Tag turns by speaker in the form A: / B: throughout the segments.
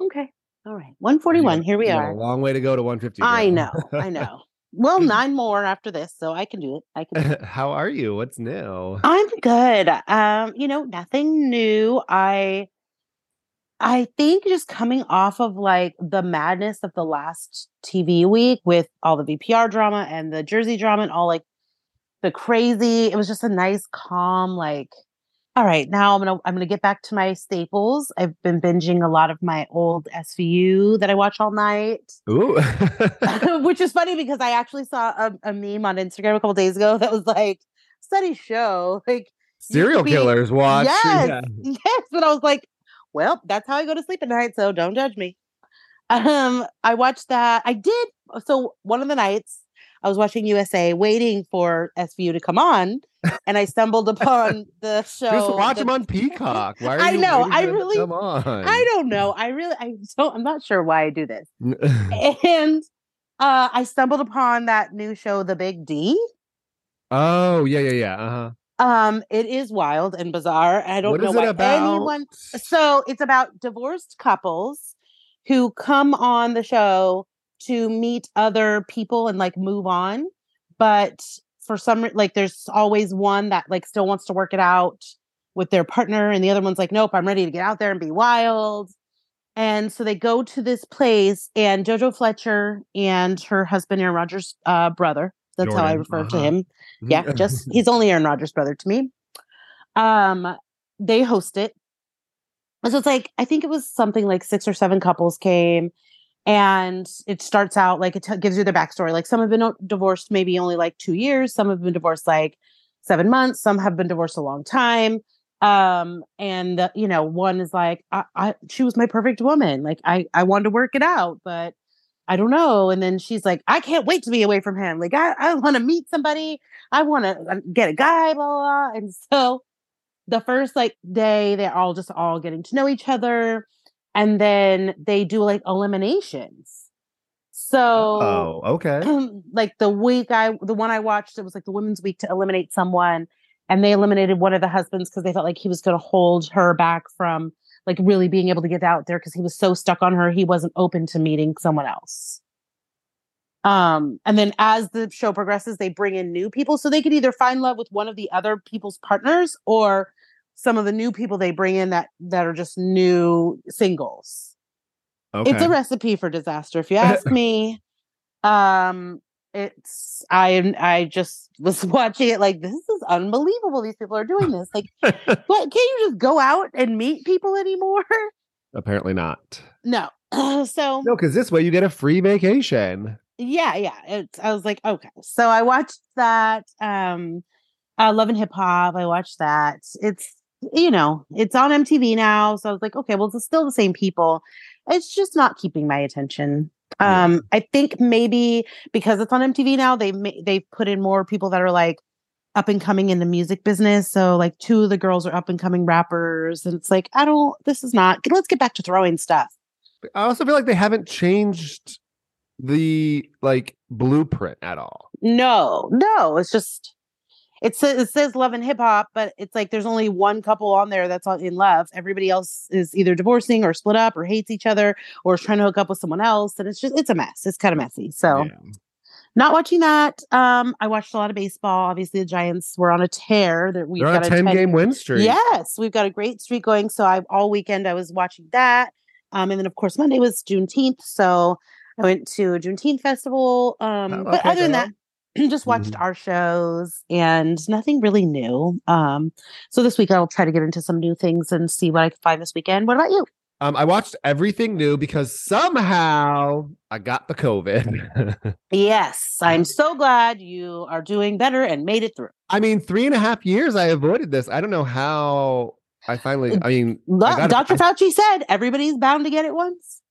A: Okay. All right. 141. Here we
B: got
A: are.
B: A long way to go to 150.
A: I
B: Greg.
A: know. I know. Well, nine more after this, so I can do it. I can. do it.
B: How are you? What's new?
A: I'm good. Um, you know, nothing new. I I think just coming off of like the madness of the last TV week with all the VPR drama and the Jersey drama and all like the crazy, it was just a nice calm like all right, now I'm going to I'm going to get back to my staples. I've been binging a lot of my old SVU that I watch all night.
B: Ooh.
A: which is funny because I actually saw a, a meme on Instagram a couple days ago that was like, studies show, like,
B: Serial
A: be-
B: killers watch.
A: yes,
B: Yeah.
A: yes. But I was like, well, that's how I go to sleep at night, so don't judge me. Um, I watched that. I did. uh, So one of the nights I was watching USA, waiting for SVU to come on, and I stumbled upon the show.
B: Just watch
A: the-
B: them on Peacock. Why are
A: I
B: you
A: know,
B: waiting
A: I
B: for them to
A: really-
B: come on.
A: I don't know. I really, I don't. I'm not sure why I do this.
B: don't.
A: And uh, I stumbled upon that new show, The Big D.
B: oh yeah, yeah, yeah. Uh huh.
A: Um, it is wild and bizarre. and I don't
B: What
A: know
B: is it
A: why
B: about?
A: anyone. So it's about divorced couples who come on the show to meet other people and like move on, but for some re- like there's always one that like still wants to work it out with their partner, and the other one's like, nope, I'm ready to get out there and be wild. And so they go to this place, and JoJo Fletcher and her husband Aaron Rodgers' uh, brother. That's how I
B: Jordan,
A: refer to
B: uh-huh.
A: him yeah, just he's only Aaron Rodgers' brother to me. Um, they host it. And So it's like I think it was something like six or seven couples came, and it starts out like it t- gives you their backstory. Like some have been o- divorced maybe only like two years, some have been divorced like seven months, some have been divorced a long time. Um, and uh, you know, one is like, I, I she was my perfect woman. Like I I wanted to work it out, but I don't know. And then she's like, I can't wait to be away from him. Like I I want to meet somebody. I want to get a guy, blah, blah, blah. And so the first like day, they're all just all getting to know each other. And then they do like eliminations. So
B: Oh, okay.
A: like the week I the one I watched, it was like the women's week to eliminate someone. And they eliminated one of the husbands because they felt like he was gonna hold her back from like really being able to get out there because he was so stuck on her, he wasn't open to meeting someone else. Um, and then as the show progresses, they bring in new people. So they could either find love with one of the other people's partners or some of the new people they bring in that that are just new singles
B: Okay.
A: it's a recipe for disaster if you ask me um it's i am i just was watching it like this is unbelievable these people are doing this like what can't you just go out and meet people anymore
B: Apparently not.
A: no so
B: No, because this way you get a free vacation.
A: yeah yeah it's, i was like okay so i watched that um uh, love and hip hop i watched that it's you know it's on mtv now so i was like okay well it's still the same people it's just not keeping my attention
B: Yeah.
A: um i think maybe because it's on mtv now they ma- they've put in more people that are like up and coming in the music business so like two of the girls are up and coming rappers and it's like i don't this is not let's get back to throwing stuff
B: I also feel like they haven't changed the like blueprint at all.
A: No, no, it's just it says it says love and hip hop, but it's like there's only one couple on there that's on- in love. Everybody else is either divorcing or split up or hates each other or is trying to hook up with someone else, and it's just it's a mess. It's kind of messy. So
B: Yeah.
A: not watching that. Um, I watched a lot of baseball. Obviously, the Giants were on a tear. That we've
B: They're on
A: got
B: a 10 game win streak.
A: Yes, we've got a great streak going. So I all weekend I was watching that. Um, and then of course Monday was Juneteenth, so I went to a Juneteenth festival. Um,
B: Oh,
A: but
B: okay,
A: other than
B: girl.
A: that, just watched
B: Mhm.
A: our shows and nothing really new. Um, so this week I'll try to get into some new things and see what I can find this weekend. What about you?
B: Um, I watched everything new because somehow I got the COVID.
A: Yes, I'm so glad you are doing better and made it through.
B: I mean, three and a half years I avoided this. I don't know how I finally, I mean,
A: Lo-
B: I, got it.
A: Dr. Fauci said everybody's bound to get it once.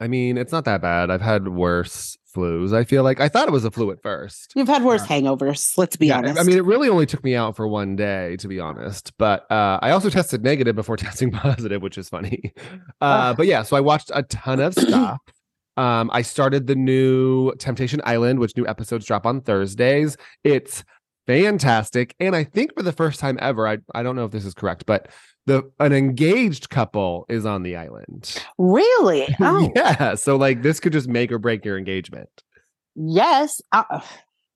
B: I mean, it's not that bad. I've had worse flus. I feel like I thought it was a flu at first.
A: You've had worse hangovers, let's be
B: Yeah,
A: honest.
B: I mean, it really only took me out for one day, to be honest. But uh, I also tested negative before testing positive, which is funny. Uh,
A: Ugh.
B: but yeah, so I watched a ton of stuff. um, I started the new Temptation Island, which new episodes drop on Thursdays. It's fantastic, and I think for the first time ever, I I don't know if this is correct, but the an engaged couple is on the island.
A: really? Oh,
B: Yeah, so like this could just make or break your engagement.
A: yes. I, ugh,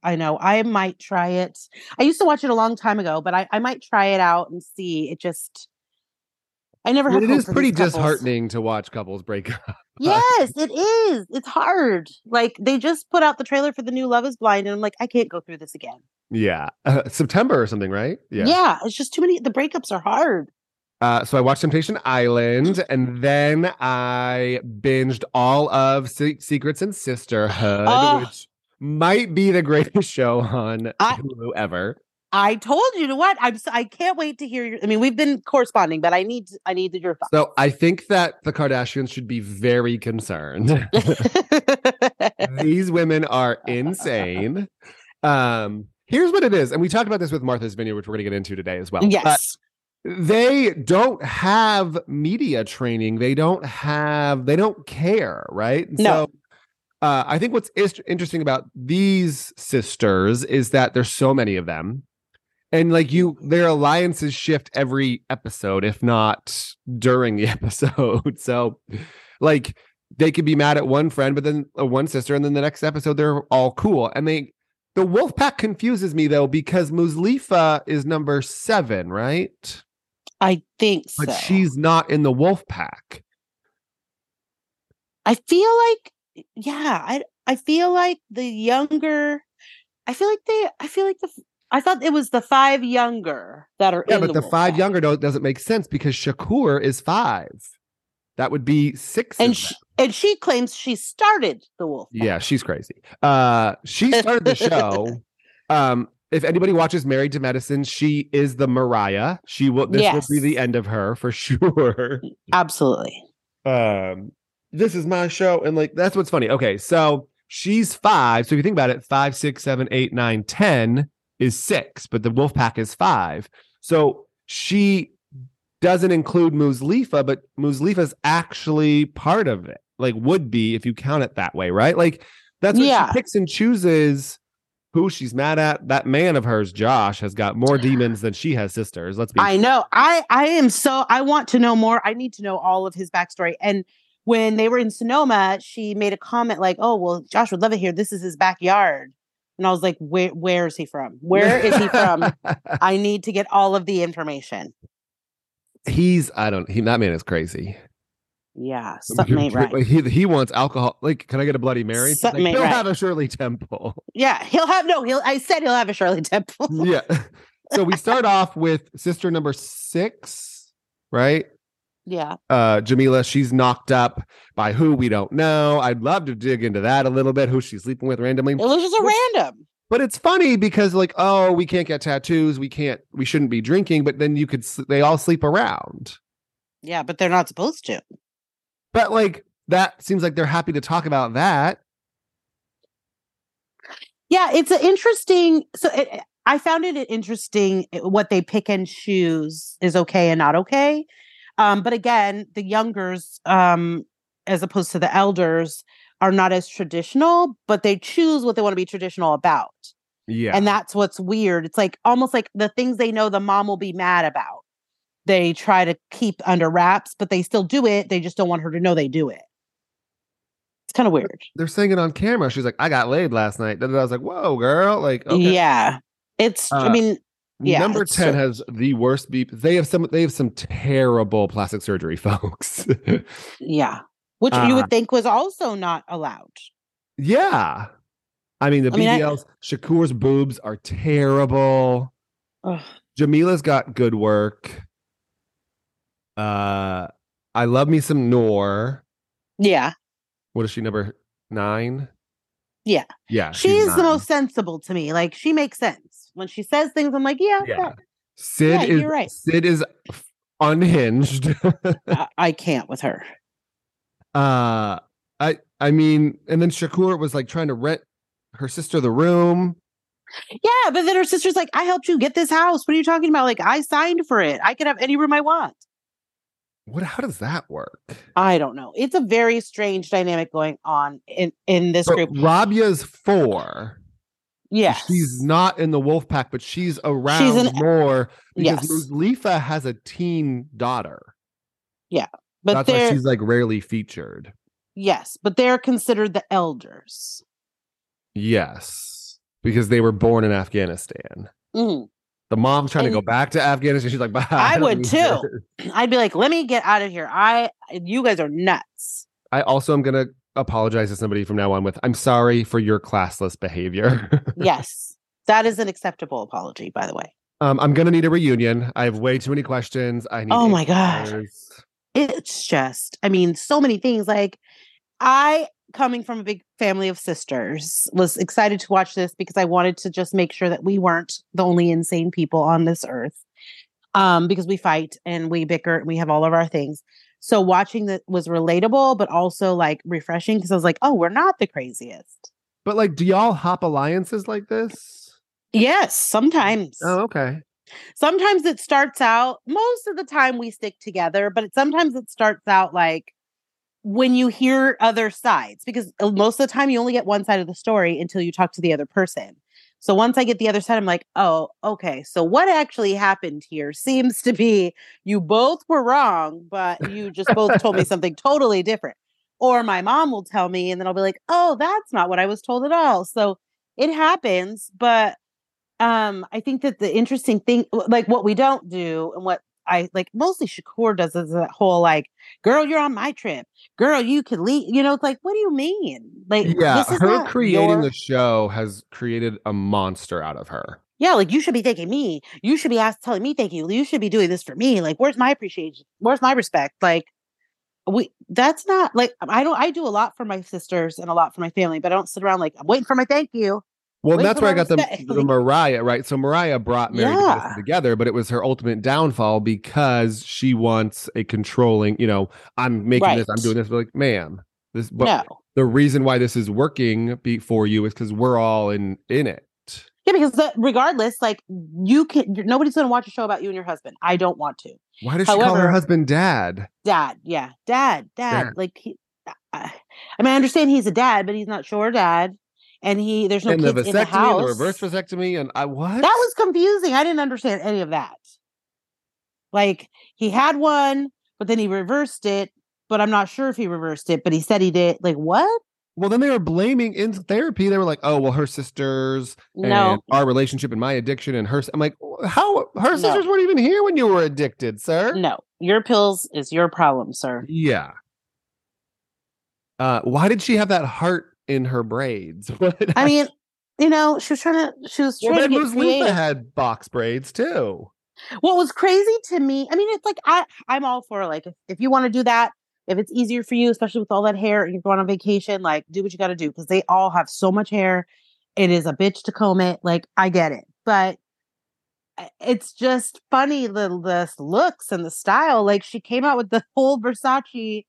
A: I know. I might try it. I used to watch it a long time ago, but I, I might try it out and see. It just, I never had
B: But it
A: hope
B: is
A: for these
B: pretty
A: couples.
B: disheartening to watch couples break up.
A: Yes, it is. It's hard. Like they just put out the trailer for the new Love is Blind, and I'm like, I can't go through this again.
B: Yeah. Uh, September or something, right?
A: Yeah, it's just too many. The breakups are hard.
B: Uh, so I watched Temptation Island and then I binged all of Se- Secrets and Sisterhood,
A: Oh.
B: which might be the greatest show on
A: I-
B: Hulu ever.
A: I told you to what I'm. So, I can't wait to hear. Your, I mean, we've been corresponding, but I need I need your thoughts.
B: So I think that the Kardashians should be very concerned. These women are insane. Um, here's what it is. And we talked about this with Martha's Vineyard, which we're going to get into today as well. But
A: yes,
B: they don't have media training they don't have they don't care right And
A: No.
B: so uh, i think what's is- interesting about these sisters is that there's so many of them and like you their alliances shift every episode if not during the episode so like they could be mad at one friend but then uh, one sister and then the next episode they're all cool and they the wolf pack confuses me though because Muslifa is number seven, right?
A: I think
B: but
A: so.
B: she's not in the wolf pack.
A: I feel like yeah. I I feel like the younger. I feel like they. I feel like the. I thought it was the five younger that are.
B: Yeah,
A: in
B: but the,
A: Wolf
B: five
A: Pack.
B: younger don't, doesn't make sense because Shakur is five. That would be six.
A: and
B: of
A: she,
B: them.
A: and she claims she started the wolf. Pack.
B: yeah, she's crazy. Uh, she started the show. Um, if anybody watches Married to Medicine, she is the Mariah. She will. This will be
A: Yes.
B: the end of her for sure.
A: absolutely.
B: um this is my show and like that's what's funny okay so she's five so if you think about it five six seven eight nine ten is six but the wolf pack is five so she doesn't include Muslifa, but Muslifa's actually part of it. Like would be if you count it that way, right? Like that's what
A: Yeah.
B: she picks and chooses who she's mad at. That man of hers, Josh, has got more demons than she has sisters. Let's be
A: I know. I I am so. I want to know more. I need to know all of his backstory. And when they were in Sonoma, she made a comment like, "Oh well, Josh would love it here. This is his backyard." And I was like, "Where where is he from? Where is he from? I need to get all of the information."
B: He's I don't he that man is crazy.
A: Yeah, something ain't right.
B: He, he wants alcohol. Like, can I get a Bloody Mary? She's
A: Something
B: like,
A: ain't
B: "He'll
A: right."
B: have a Shirley Temple.
A: Yeah, he'll have no. He'll. I said he'll have a Shirley Temple.
B: yeah. So we start off with sister number six, right?
A: yeah.
B: Uh, Jamila, she's knocked up by who we don't know. I'd love to dig into that a little bit, who she's sleeping with randomly.
A: It was just a random.
B: But it's funny because, like, oh, we can't get tattoos. We can't, we shouldn't be drinking. But then you could, s- they all sleep around.
A: Yeah, but they're not supposed to.
B: But like, that seems like they're happy to talk about that.
A: Yeah, it's an interesting. So it, I found it an interesting what they pick and choose is okay and not okay. Um, but again, the youngers, um, as opposed to the elders, are not as traditional, but they choose what they want to be traditional about.
B: Yeah.
A: And that's what's weird. It's like almost like the things they know the mom will be mad about. They try to keep under wraps, but they still do it. They just don't want her to know they do it. It's kind of weird.
B: they're saying it on camera. She's like, I got laid last night. Da, da, da. I was like, whoa, girl. Like, okay.
A: Yeah. It's, I
B: Uh,
A: mean, yeah,
B: Number
A: it's
B: 10
A: true.
B: has the worst beep. They have some they have some terrible plastic surgery, folks.
A: Yeah. Which you
B: Uh,
A: would think was also not allowed.
B: yeah. I mean, the
A: I mean, I-
B: BBLs, Shakur's boobs are terrible. Jamila's got good work. Uh I love me some Noor.
A: Yeah.
B: What is she number nine?
A: Yeah.
B: Yeah.
A: She's the
B: nine.
A: most sensible to me. Like she makes sense. When she says things, I'm like, yeah,
B: Yeah.
A: that-
B: Sid
A: Yeah,
B: is
A: you're right.
B: Sid is f- unhinged.
A: I, I can't with her.
B: Uh I I mean, and then Shakur was like trying to rent her sister the room.
A: Yeah, but then her sister's like, I helped you get this house. What are you talking about? Like, I signed for it. I could have any room I want.
B: What how does that work?
A: I don't know. It's a very strange dynamic going on in, in this
B: But
A: group.
B: Rabia's four.
A: yeah.
B: She's not in the wolf pack, but she's around
A: an-
B: more because
A: Yes.
B: Mulefa has a teen daughter.
A: But
B: That's why
A: they're
B: she's like rarely featured.
A: yes, but they're considered the elders.
B: Yes. Because they were born in Afghanistan.
A: Mm.
B: The mom trying to
A: And-
B: go back to Afghanistan. She's like, "Bah,
A: I
B: don't
A: would
B: need
A: too."
B: this."
A: I'd be like, let me get out of here. I you guys are nuts.
B: I also am gonna apologize to somebody from now on with I'm sorry for your classless behavior.
A: yes. That is an acceptable apology, by the way.
B: um, I'm gonna need a reunion. I have way too many questions. I need
A: Oh my God.
B: answers.
A: It's just, I mean, so many things. Like I coming from a big family of sisters was excited to watch this because I wanted to just make sure that we weren't the only insane people on this earth. Um, because we fight and we bicker and we have all of our things. So watching that was relatable, but also like refreshing because I was like, oh, we're not the craziest.
B: But like, do y'all hop alliances like this?
A: Yes, sometimes.
B: Oh, okay.
A: sometimes it starts out most of the time we stick together but it, sometimes it starts out like when you hear other sides because uh, most of the time you only get one side of the story until you talk to the other person so once i get the other side i'm like oh okay so what actually happened here seems to be you both were wrong but you just both told me something totally different or my mom will tell me and then i'll be like oh that's not what i was told at all so it happens but um i think that the interesting thing like what we don't do and what i like mostly shakur does is that whole like girl you're on my trip girl you could leave you know it's like what do you mean like
B: Yeah,
A: this is
B: her
A: not
B: creating
A: your-
B: the show has created a monster out of her.
A: yeah like you should be thanking me you should be ask, telling me thank you you should be doing this for me like where's my appreciation where's my respect like we that's not like i don't i do a lot for my sisters and a lot for my family but i don't sit around like i'm waiting for my thank you
B: Well,
A: Wait
B: that's
A: till
B: where I
A: I
B: got the,
A: respect-
B: the Mariah, right? So Mariah brought Mary and Madison
A: Yeah.
B: together, but it was her ultimate downfall because she wants a controlling, you know, I'm making this, I'm
A: Right.
B: doing this, but like, ma'am, this but
A: no
B: the reason why this is working be- for you is because we're all in in it.
A: Yeah, because the, regardless, like you can, you're- nobody's going to watch a show about you and your husband. I don't want to.
B: Why does she call her
A: However-
B: husband dad?
A: Dad, yeah, dad, dad.
B: Dad.
A: Like, he, I, I mean, I understand he's a dad, but he's not sure dad, and he there's no
B: and the
A: kids
B: vasectomy,
A: in the house.
B: and the reverse vasectomy, and I what?
A: that was confusing. I didn't understand any of that. Like he had one, but then he reversed it. But I'm not sure if he reversed it. But he said he did. Like what?
B: well. Then they were blaming in therapy. They were like, "Oh, well, her sisters
A: No,
B: and our relationship and my addiction and her." s- I'm like, "Wh- "How? Her
A: No.
B: sisters weren't even here when you were addicted, sir."
A: no. Your pills is your problem, sir.
B: Yeah. Uh, why did she have that heart in her braids? What?
A: I mean, you know, she was trying to. She was trying
B: well, then
A: to get
B: Moose Lupa
A: creative.
B: had box braids too.
A: what was crazy to me i mean it's like i i'm all for like if, if you want to do that if it's easier for you especially with all that hair and you're going on vacation like do what you got to do because they all have so much hair it is a bitch to comb it like i get it but I- it's just funny the the looks and the style like she came out with the whole versace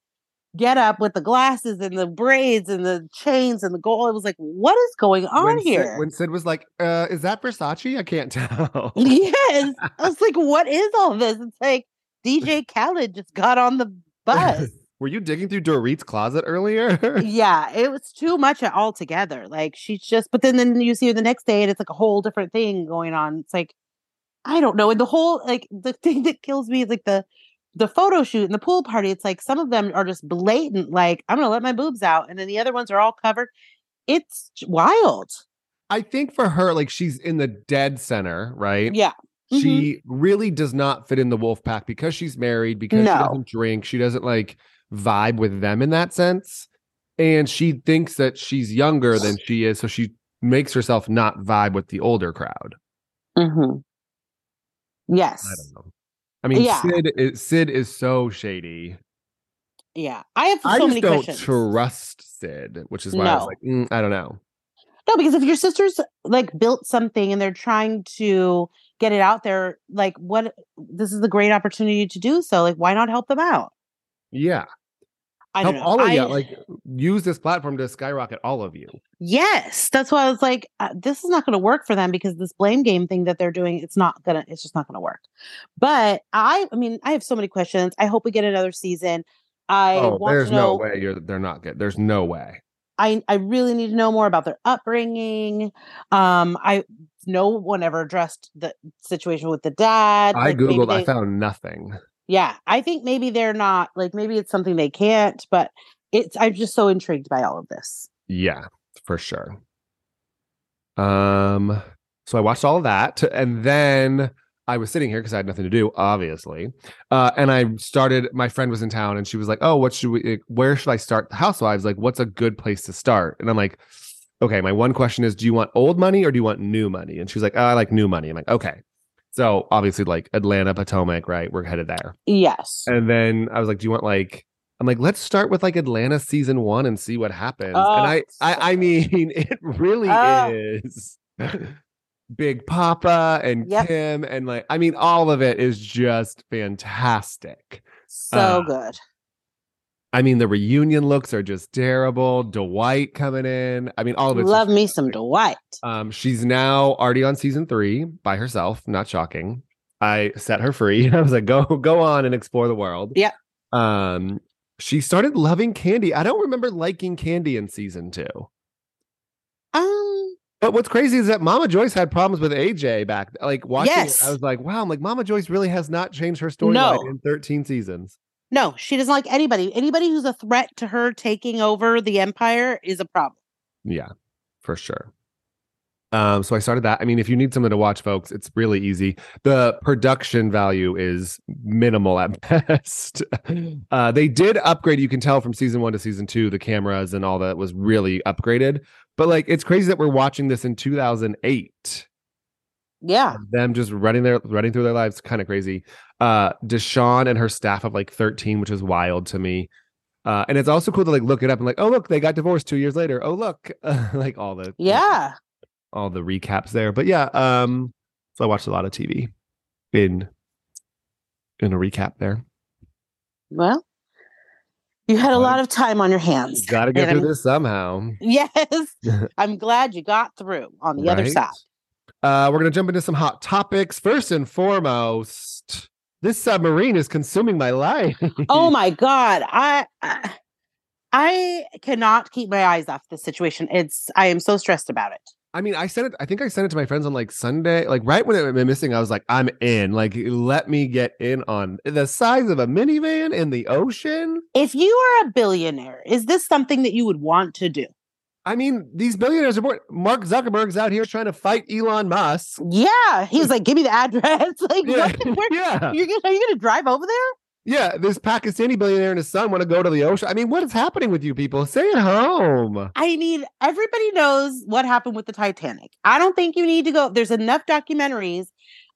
A: get up with the glasses and the braids and the chains and the gold it was like what is going on
B: when Sid-
A: here
B: when Sid was like, uh, "Is that Versace?" I can't tell.
A: Yes. I was like, what is all this? It's like DJ Khaled just got on the bus.
B: Were you digging through Dorit's closet earlier?
A: yeah, it was too much altogether. Like she's just but then then you see her the next day and it's like a whole different thing going on. It's like I don't know. And the whole like the thing that kills me is like the the photo shoot and the pool party. It's like some of them are just blatant, like, I'm gonna let my boobs out, and then the other ones are all covered. It's j- wild.
B: I think for her, like she's in the dead center, right?
A: Yeah. Mhm.
B: She really does not fit in the wolf pack because she's married, because she
A: No.
B: doesn't drink, she doesn't like vibe with them in that sense. And she thinks that she's younger than she is, so she makes herself not vibe with the older crowd.
A: Mm-hmm.
B: Mm-hmm.
A: Yes.
B: I don't know. I mean,
A: Yeah.
B: Sid is Sid is so shady.
A: Yeah. I have so
B: I just
A: many
B: don't
A: questions.
B: trust Sid, which is why I was
A: No.
B: like, mm, I don't know.
A: No, because if your sisters like built something and they're trying to get it out there, like what this is the great opportunity to do so. Like, why not help them out?
B: Yeah.
A: I
B: Help
A: don't know.
B: all of
A: I-
B: you. Like use this platform to skyrocket all of you.
A: yes, that's why I was like, uh, this is not going to work for them because this blame game thing that they're doing, it's not gonna, it's just not going to work. But I, I mean, I have so many questions. I hope we get another season. I
B: oh,
A: want
B: there's
A: to know.
B: no way you're they're not good. There's no way.
A: I I really need to know more about their upbringing. Um, I no one ever addressed the situation with the dad.
B: I
A: Like, maybe
B: Googled, I
A: they-
B: found nothing.
A: yeah, I think maybe they're not like maybe it's something they can't, but it's I'm just so intrigued by all of this.
B: Yeah, for sure. Um, so I watched all of that and then I was sitting here because I had nothing to do, obviously. Uh, and I started, my friend was in town and she was like, Oh, what should we, where should I start the housewives? Like, what's a good place to start? And I'm like, Okay, my one question is, do you want old money or do you want new money? And she was like, oh, I like new money. I'm like, Okay. So obviously, like Atlanta, Potomac, right? We're headed there.
A: Yes.
B: And then I was like, "Do you want like?" I'm like, "Let's start with like Atlanta season one and see what happens."
A: Oh,
B: and I, I, I
A: so-
B: mean, it really
A: Oh.
B: is Big Papa and
A: Yep.
B: Kim, and like, I mean, all of it is just fantastic.
A: So
B: uh,
A: good.
B: I mean, the reunion looks are just terrible. Dwight coming in. I mean, all of it's
A: Love
B: just
A: me some
B: fantastic.
A: Dwight.
B: Um, she's now already on season three by herself. Not shocking. I set her free. I was like, go, go on and explore the world.
A: Yeah.
B: Um, she started loving candy. I don't remember liking candy in season two.
A: Um
B: But what's crazy is that Mama Joyce had problems with AJ back. Like watching,
A: Yes.
B: it, I was like, wow. I'm like, Mama Joyce really has not changed her storyline
A: No.
B: in 13 seasons.
A: no, she doesn't like anybody. Anybody who's a threat to her taking over the empire is a problem.
B: Yeah, for sure. Um, so I started that. I mean, if you need something to watch, folks, it's really easy. The production value is minimal at best. Uh, they did upgrade, you can tell from season one to season two, the cameras and all that was really upgraded. But like, it's crazy that we're watching this in 2008.
A: Yeah.
B: Them just running their running through their lives, kind of crazy. Uh, Deshawn and her staff of like 13, which is wild to me. Uh, and it's also cool to like look it up and like, oh look, they got divorced two years later. Oh look, like all the
A: Yeah.
B: all the recaps there. But yeah, um, so I watched a lot of TV in in a recap there.
A: Well, you had a lot of time on your hands.
B: Got to get
A: And
B: through this somehow.
A: Yes. I'm glad you got through on the other
B: Right?
A: side.
B: Uh, we're gonna jump into some hot topics. First and foremost, this submarine is consuming my life.
A: Oh my god. I I- I cannot keep my eyes off this situation. It's I am so stressed about it.
B: I mean, I sent it. I think I sent it to my friends on like Sunday, like right when it went missing. I was like, I'm in. Like, let me get in on the size of a minivan in the ocean.
A: If you are a billionaire, is this something that you would want to do?
B: I mean, these billionaires are. born- Mark Zuckerberg's out here trying to fight Elon Musk.
A: Yeah. He was like, give me the address. like,
B: Yeah.
A: what- where-
B: yeah.
A: you're gonna, are you going to drive over there?
B: Yeah, this Pakistani billionaire and his son want to go to the ocean. I mean, what is happening with you people? Stay at home.
A: I mean, everybody knows what happened with the Titanic. I don't think you need to go. There's enough documentaries.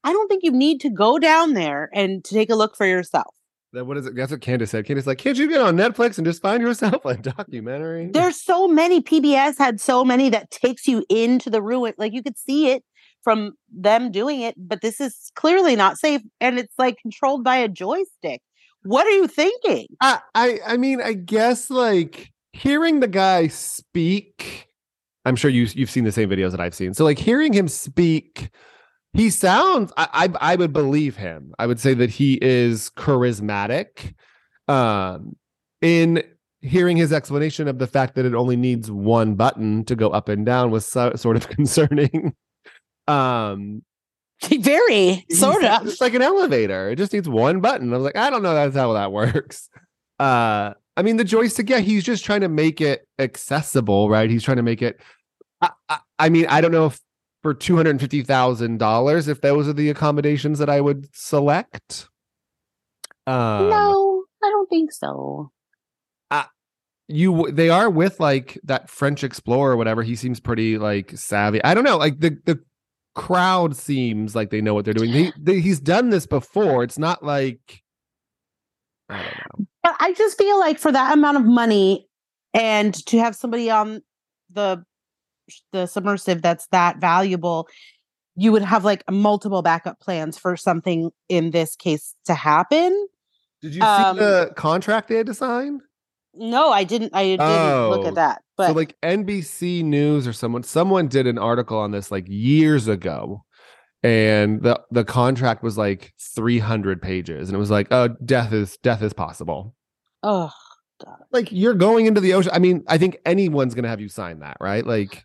A: I don't think you need to go down there and take a look for yourself.
B: That what is it? That's what Candace said. Candace like, can't you get on Netflix and just find yourself a documentary?
A: There's so many. PBS had so many that takes you into the ruin. Like you could see it from them doing it, but this is clearly not safe. And it's like controlled by a joystick. What are you thinking?
B: I, I I mean, I guess like hearing the guy speak. I'm sure you you've seen the same videos that I've seen. So like hearing him speak, he sounds. I I, I would believe him. I would say that he is charismatic. Um, in hearing his explanation of the fact that it only needs one button to go up and down was so, sort of concerning. um,
A: Very,
B: he
A: sort
B: said
A: of.
B: It's like an elevator. It just needs one button. I was like, I don't know. That's how that works. Uh, I mean, the joystick. Yeah, he's just trying to make it accessible, right? He's trying to make it. I, I, I mean, I don't know if for two hundred and fifty thousand dollars, if those are the accommodations that I would select. Um,
A: no, I don't think so.
B: you w- they are with like that French explorer or whatever. He seems pretty like savvy. I don't know. Like the the crowd seems like they know what they're doing. He they, he's done this before. It's not like I don't know.
A: But I just feel like for that amount of money and to have somebody on the the submersive that's that valuable, you would have like multiple backup plans for something in this case to happen.
B: Did you
A: Um,
B: see the contract they had to sign?
A: No, I didn't. I didn't look
B: Oh.
A: at that. But
B: so like NBC News or someone someone did an article on this like years ago and the the contract was like 300 pages and it was like oh death is death is possible.
A: oh,
B: Like you're going into the ocean. I mean, I think anyone's going to have you sign that, right? Like
A: Yeah,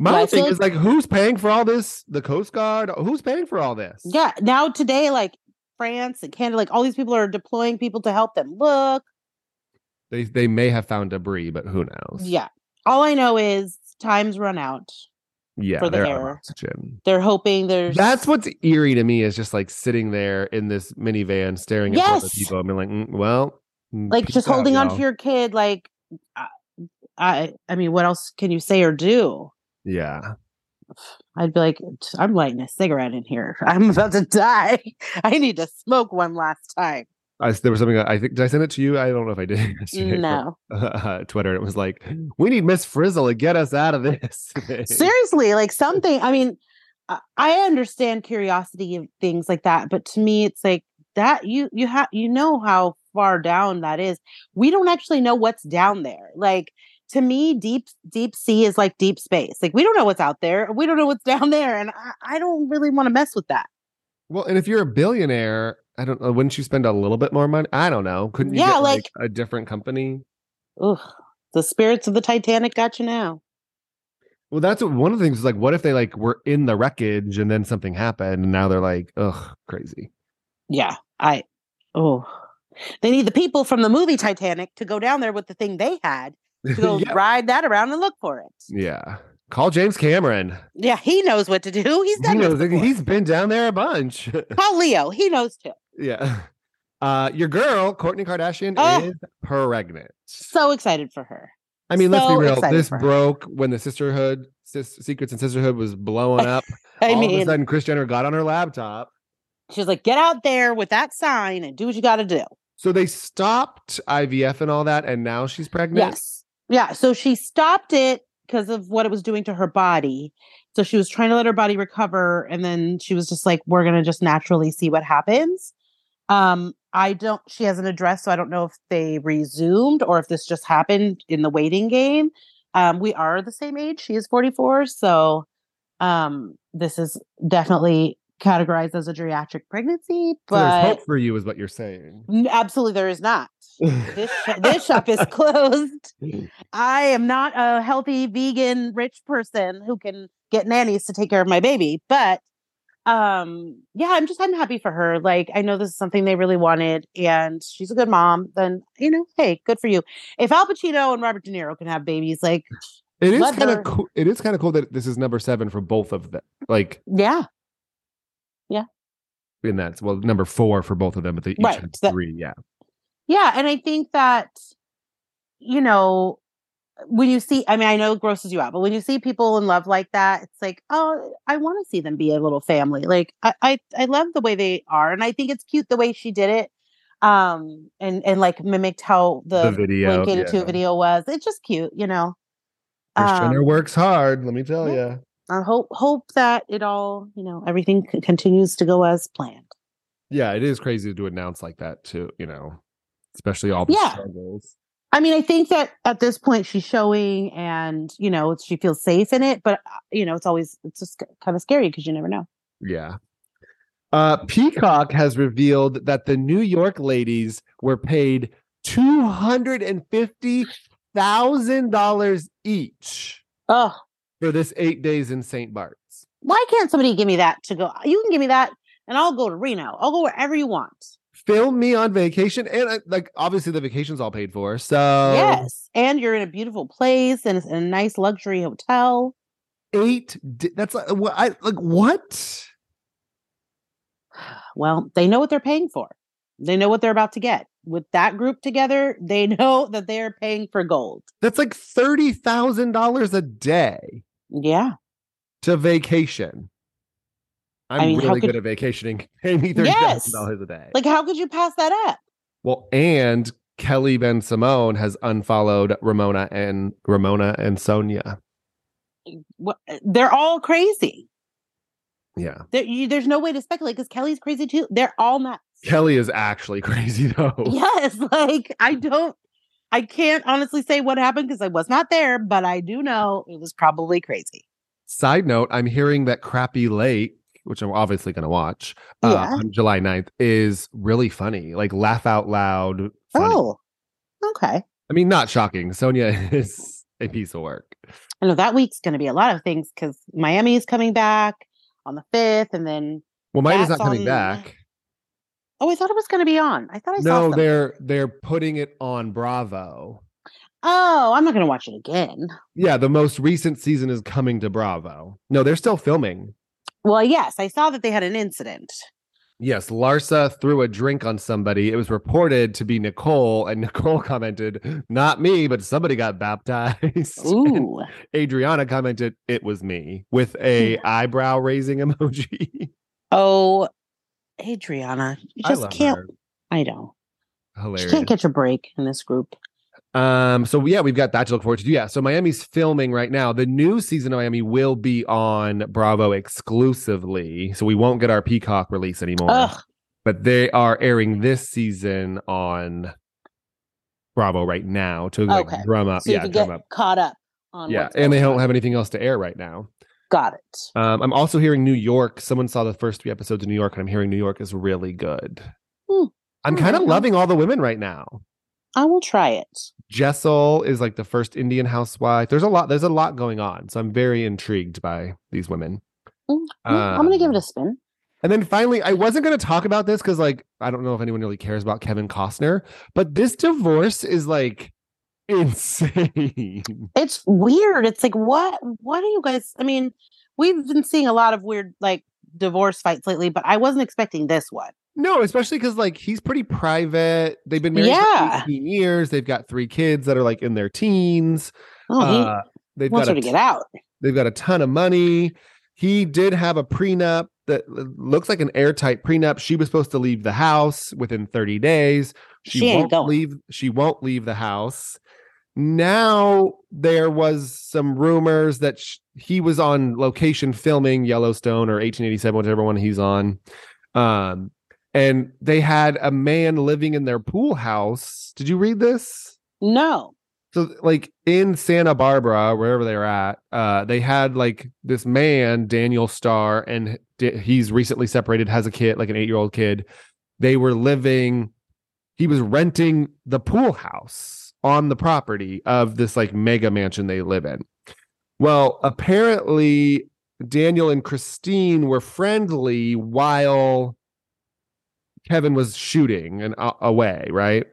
B: my
A: I feel
B: thing
A: like-
B: is like who's paying for all this? The Coast Guard? Who's paying for all this?
A: yeah. Now today, like France and Canada, like all these people are deploying people to help them look.
B: They they may have found debris, but who knows?
A: Yeah. All I know is time's run out.
B: Yeah,
A: for the
B: they're out of
A: error.
B: oxygen.
A: They're hoping there's
B: That's what's eerie to me is just like sitting there in this minivan, staring at all the
A: Yes.
B: people, and being like, "Mm, "Well, mm,
A: like
B: peace
A: just holding
B: out,
A: on to
B: y'all."
A: your kid. Like, I, I, I mean, what else can you say or do?
B: yeah."
A: I'd be like, I'm lighting a cigarette in here. I'm about to die. I need to smoke one last time.
B: I, there was something I think did I send it to you? I don't know if I did. yesterday,
A: No.
B: but, uh, Twitter. It was like, "We need Miss Frizzle to get us out of this."
A: seriously like something i mean I- i understand curiosity and things like that but to me it's like that you you have you know how far down that is we don't actually know what's down there like to me deep deep sea is like deep space like we don't know what's out there we don't know what's down there and i, I don't really want to mess with that
B: well, and if you're a billionaire, I don't. know, Wouldn't you spend a little bit more money? I don't know. Couldn't you
A: Yeah,
B: get like, a different company?
A: Ugh, the spirits of the titanic got you now
B: Well, that's what, one of the things. Is like, what if they like were in the wreckage and then something happened, and now they're like, "Ugh, crazy."
A: yeah i oh they need the people from the movie titanic to go down there with the thing they had to go
B: Yeah.
A: ride that around and look for it.
B: Yeah. Call James Cameron.
A: Yeah, he knows what to do. He's
B: He
A: done this
B: knows-
A: before.
B: he's been down there a bunch.
A: Call Leo. He knows too.
B: yeah. Uh, your girl, Courtney Kardashian,
A: Ah.
B: is pregnant.
A: So excited for her.
B: I mean, let's be
A: so
B: real.
A: excited
B: This
A: for her.
B: broke when the sisterhood, sis, secrets and sisterhood was blowing up.
A: I
B: All of a
A: mean,
B: sudden, Chris Jenner got on her laptop.
A: she's like, get out there with that sign and do what you got to do.
B: So they stopped IVF and all that, and now she's pregnant.
A: Yes. Yeah. So she stopped it because of what it was doing to her body. So she was trying to let her body recover. And then she was just like, we're going to just naturally see what happens. Um, I don't, she has an address. So I don't know if they resumed or if this just happened in the waiting game. Um, we are the same age. She is 44. So um, this is definitely categorized as a geriatric pregnancy,
B: So there's
A: but
B: hope for you, is what you're saying.
A: n- absolutely there is not this sh- this shop is closed. I am not a healthy vegan rich person who can get nannies to take care of my baby, but um yeah, I'm just I'm happy for her. Like I know this is something they really wanted and she's a good mom, then you know, hey, good for you. If Al Pacino and Robert De Niro can have babies like
B: It is
A: Let
B: kind
A: her-
B: of cool. It is kind of cool that this is number seven for both of them. Like
A: yeah,
B: in that, well, number four for both of them, but they each
A: Right,
B: had
A: that-
B: three. Yeah.
A: Yeah, and I think that you know when you see I mean I know it grosses you out, but when you see people in love like that, it's like, oh, I want to see them be a little family. Like I, I I love the way they are and I think it's cute the way she did it. Um and and like mimicked how the,
B: The video,
A: Blink 82
B: yeah.
A: video was. It's just cute, you know.
B: Chris Jenner
A: Um,
B: works hard, let me tell
A: yeah.
B: you.
A: I hope hope that it all, you know, everything c- continues to go as planned.
B: Yeah, it is crazy to announce like that too, you know, especially all the
A: Yeah.
B: struggles.
A: I mean, I think that at this point she's showing and, you know, she feels safe in it, but, uh, you know, it's always, it's just kind of scary because you never know.
B: Yeah. Uh, Peacock has revealed that the New York ladies were paid two hundred and fifty thousand dollars each
A: Oh,
B: for this eight days in St. Bart's.
A: why can't somebody give me that to go? You can give me that and I'll go to Reno. I'll go wherever you want.
B: Film me on vacation, and uh, like obviously the vacation's all paid for. So
A: yes. And you're in a beautiful place and it's in a nice luxury hotel.
B: eight. Di- that's like, wha- I like what?
A: Well, they know what they're paying for, they know what they're about to get. With that group together, they know that they are paying for gold.
B: That's like thirty thousand dollars a day.
A: Yeah.
B: to vacation. I'm
A: mean, how
B: really
A: could-
B: good at vacationing. Pay me thirty
A: Yes!
B: thousand dollars a day.
A: Like, how could you pass that up?
B: well, and Kelly Ben Simone has unfollowed Ramona and Ramona and Sonia.
A: what- uh, they're all crazy.
B: Yeah.
A: There, you, there's no way to speculate because Kelly's crazy too. They're all nuts.
B: Kelly is actually crazy though.
A: Yes, like I don't, I can't honestly say what happened because I was not there, but I do know it was probably crazy.
B: Side note, I'm hearing that Crappy Lake, which I'm obviously going to watch uh,
A: Yeah.
B: on July 9th, is really funny. Like laugh out loud. Funny.
A: Oh, okay.
B: I mean, not shocking. Sonia is a piece of work.
A: I know that week's going to be a lot of things because Miami is coming back on the fifth, and then
B: Well, mine is not
A: That's
B: coming
A: on-
B: back.
A: oh, I thought it was going to be on. I thought I saw.
B: No,
A: something.
B: they're they're putting it on Bravo.
A: Oh, I'm not going to watch it again.
B: Yeah, the most recent season is coming to Bravo. No, they're still filming.
A: Well, yes, I saw that they had an incident.
B: Yes, Larsa threw a drink on somebody. It was reported to be Nicole, and Nicole commented, "Not me, but somebody got baptized." And
A: Ooh,
B: Adriana commented, "It was me," with a eyebrow raising emoji.
A: oh, Adriana, you
B: I
A: just
B: love
A: can't.
B: her.
A: I know
B: Hilarious.
A: she can't catch a break in this group.
B: Um, so yeah, we've got that to look forward to. Yeah, so Miami's filming right now. The new season of Miami will be on Bravo exclusively, so we won't get our Peacock release anymore.
A: Ugh,
B: But they are airing this season on Bravo right now to like,
A: Okay.
B: drum up.
A: so you
B: Uh, yeah,
A: could
B: drum
A: get
B: up.
A: caught up on.
B: Yeah,
A: what's
B: and they
A: going
B: don't
A: on.
B: have anything else to air right now.
A: Got it.
B: Um, I'm also hearing New York. Someone saw the first three episodes of New York, and I'm hearing New York is really good.
A: Hmm.
B: I'm
A: All
B: kind of
A: right.
B: loving all the women right now.
A: I will try it.
B: Jessel is like the first Indian housewife. There's a lot. There's a lot going on, so I'm very intrigued by these women.
A: Mm, mm, I'm gonna give
B: Um,
A: it a spin.
B: And then finally, I wasn't going to talk about this because, like, I don't know if anyone really cares about Kevin Costner, but this divorce is like insane.
A: It's weird. It's like what? What are you guys? I mean, we've been seeing a lot of weird like divorce fights lately, but I wasn't expecting this one.
B: no, especially because like he's pretty private. They've been married
A: Yeah.
B: for 18 years. They've got three kids that are like in their teens.
A: Oh, he
B: Uh, they've
A: wants
B: got
A: her
B: a
A: to get out.
B: They've got a ton of money. He did have a prenup that l- looks like an airtight prenup. She was supposed to leave the house within 30 days. She,
A: She ain't
B: won't
A: going.
B: leave. She won't leave the house. Now there was some rumors that sh- he was on location filming Yellowstone or 1887, whichever one he's on. Um, and they had a man living in their pool house. Did you read this?
A: No.
B: so like in Santa Barbara, wherever they were at, uh, they had like this man, Daniel Starr, and d- he's recently separated, has a kid, like an eight year old kid. They were living, he was renting the pool house on the property of this like mega mansion they live in. Well, apparently, Daniel and Christine were friendly while Kevin was shooting and uh, away, right?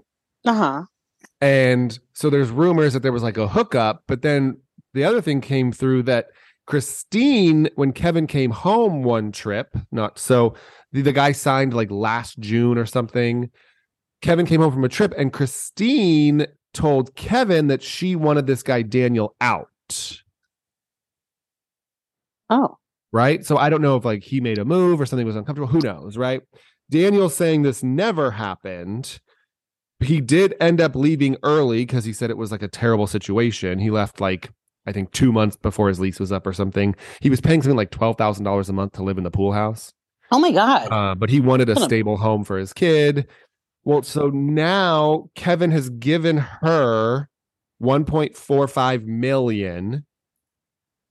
A: Uh huh.
B: And so there's rumors that there was like a hookup, but then the other thing came through that Christine, when Kevin came home one trip, not so the, the guy signed like last June or something. Kevin came home from a trip, and Christine told Kevin that she wanted this guy Daniel out.
A: Oh,
B: Right. So I don't know if like he made a move or something was uncomfortable. Who knows? Right. Daniel saying this never happened. He did end up leaving early because he said it was like a terrible situation. He left like, I think two months before his lease was up or something. He was paying something like $12,000 a month to live in the pool house,
A: oh my God.
B: uh, but he wanted a
A: Hold on.
B: stable home for his kid. Well, so now Kevin has given her 1.45 million,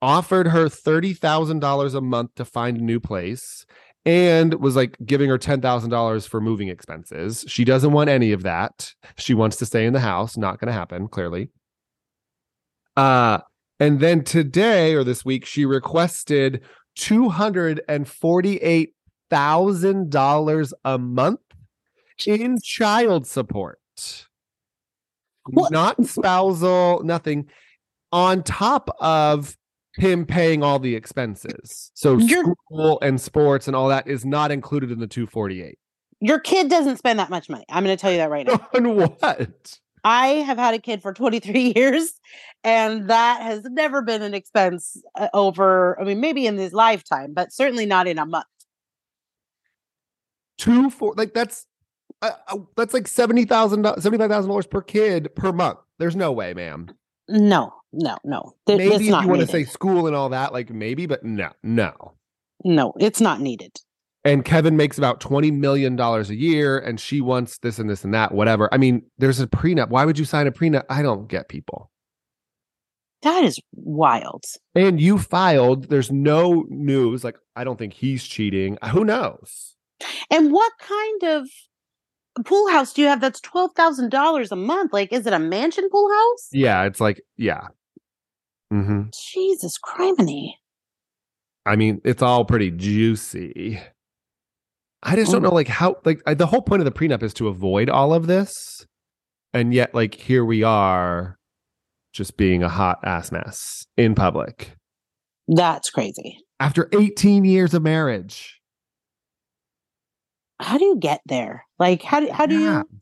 B: offered her $30,000 a month to find a new place, and was like giving her $10,000 for moving expenses. She doesn't want any of that. She wants to stay in the house, not going to happen, clearly. Uh and then today or this week she requested $248,000 a month in child support.
A: What?
B: Not spousal, nothing. On top of him paying all the expenses. So
A: You're-
B: school and sports and all that is not included in the 248.
A: Your kid doesn't spend that much money. I'm going to tell you that right now.
B: On what?
A: I have had a kid for 23 years, and that has never been an expense uh, over, I mean, maybe in his lifetime, but certainly not in a month.
B: Two four like that's uh, uh, that's like seventy thousand dollars, seventy five thousand dollars per kid per month. There's no way, ma'am.
A: No, no, no. Th-
B: maybe if
A: it's
B: you
A: not
B: want to
A: needed.
B: say school and all that, like maybe, but no, no.
A: no, it's not needed.
B: And Kevin makes about twenty million dollars a year, and she wants this and this and that, whatever. I mean, there's a prenup. Why would you sign a prenup? I don't get people.
A: That is wild.
B: And you filed. There's no news. Like I don't think he's cheating. Who knows?
A: And what kind of pool house do you have that's twelve thousand dollars a month? Like, is it a mansion pool house?
B: Yeah, it's like yeah. hmm
A: Jesus criminy.
B: I mean, it's all pretty juicy. I just don't
A: Mm.
B: know, like how, like I, the whole point of the prenup is to avoid all of this, and yet, like here we are, just being a hot ass mess in public
A: That's crazy.
B: after 18 years of marriage.
A: How do you get there? Like, how do how do
B: Yeah.
A: you?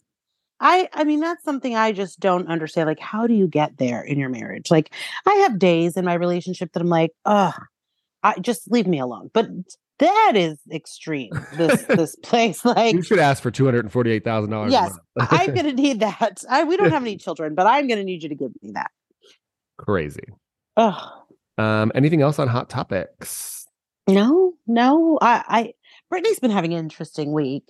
A: I I mean, that's something I just don't understand. Like, how do you get there in your marriage? Like, I have days in my relationship that I'm like, ugh, I just leave me alone. But that is extreme. This this place, like,
B: You should ask for two hundred and forty-eight thousand dollars.
A: Yes, I'm gonna need that. I, we don't have any children, but I'm gonna need you to give me that.
B: crazy.
A: Ugh.
B: Um, anything else on hot topics?
A: No, no. I, I Brittany's been having an interesting week.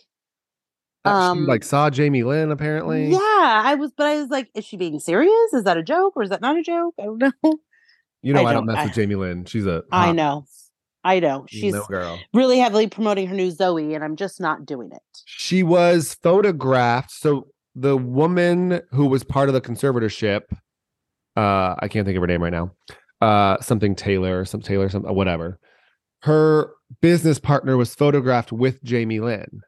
B: Uh, she,
A: Um,
B: like saw Jamie Lynn apparently.
A: Yeah, I was, but I was like, is she being serious? Is that a joke or is that not a joke? I don't know.
B: you know I
A: I
B: don't,
A: don't-
B: mess
A: I-
B: with Jamie Lynn. She's a
A: I
B: hot
A: know, I know. She's
B: no girl.
A: really heavily promoting her new Zoe, and I'm just not doing it.
B: She was photographed. So the woman who was part of the conservatorship, uh, I can't think of her name right now. Uh, something Taylor, some Taylor, some uh, whatever. Her business partner was photographed with Jamie Lynn.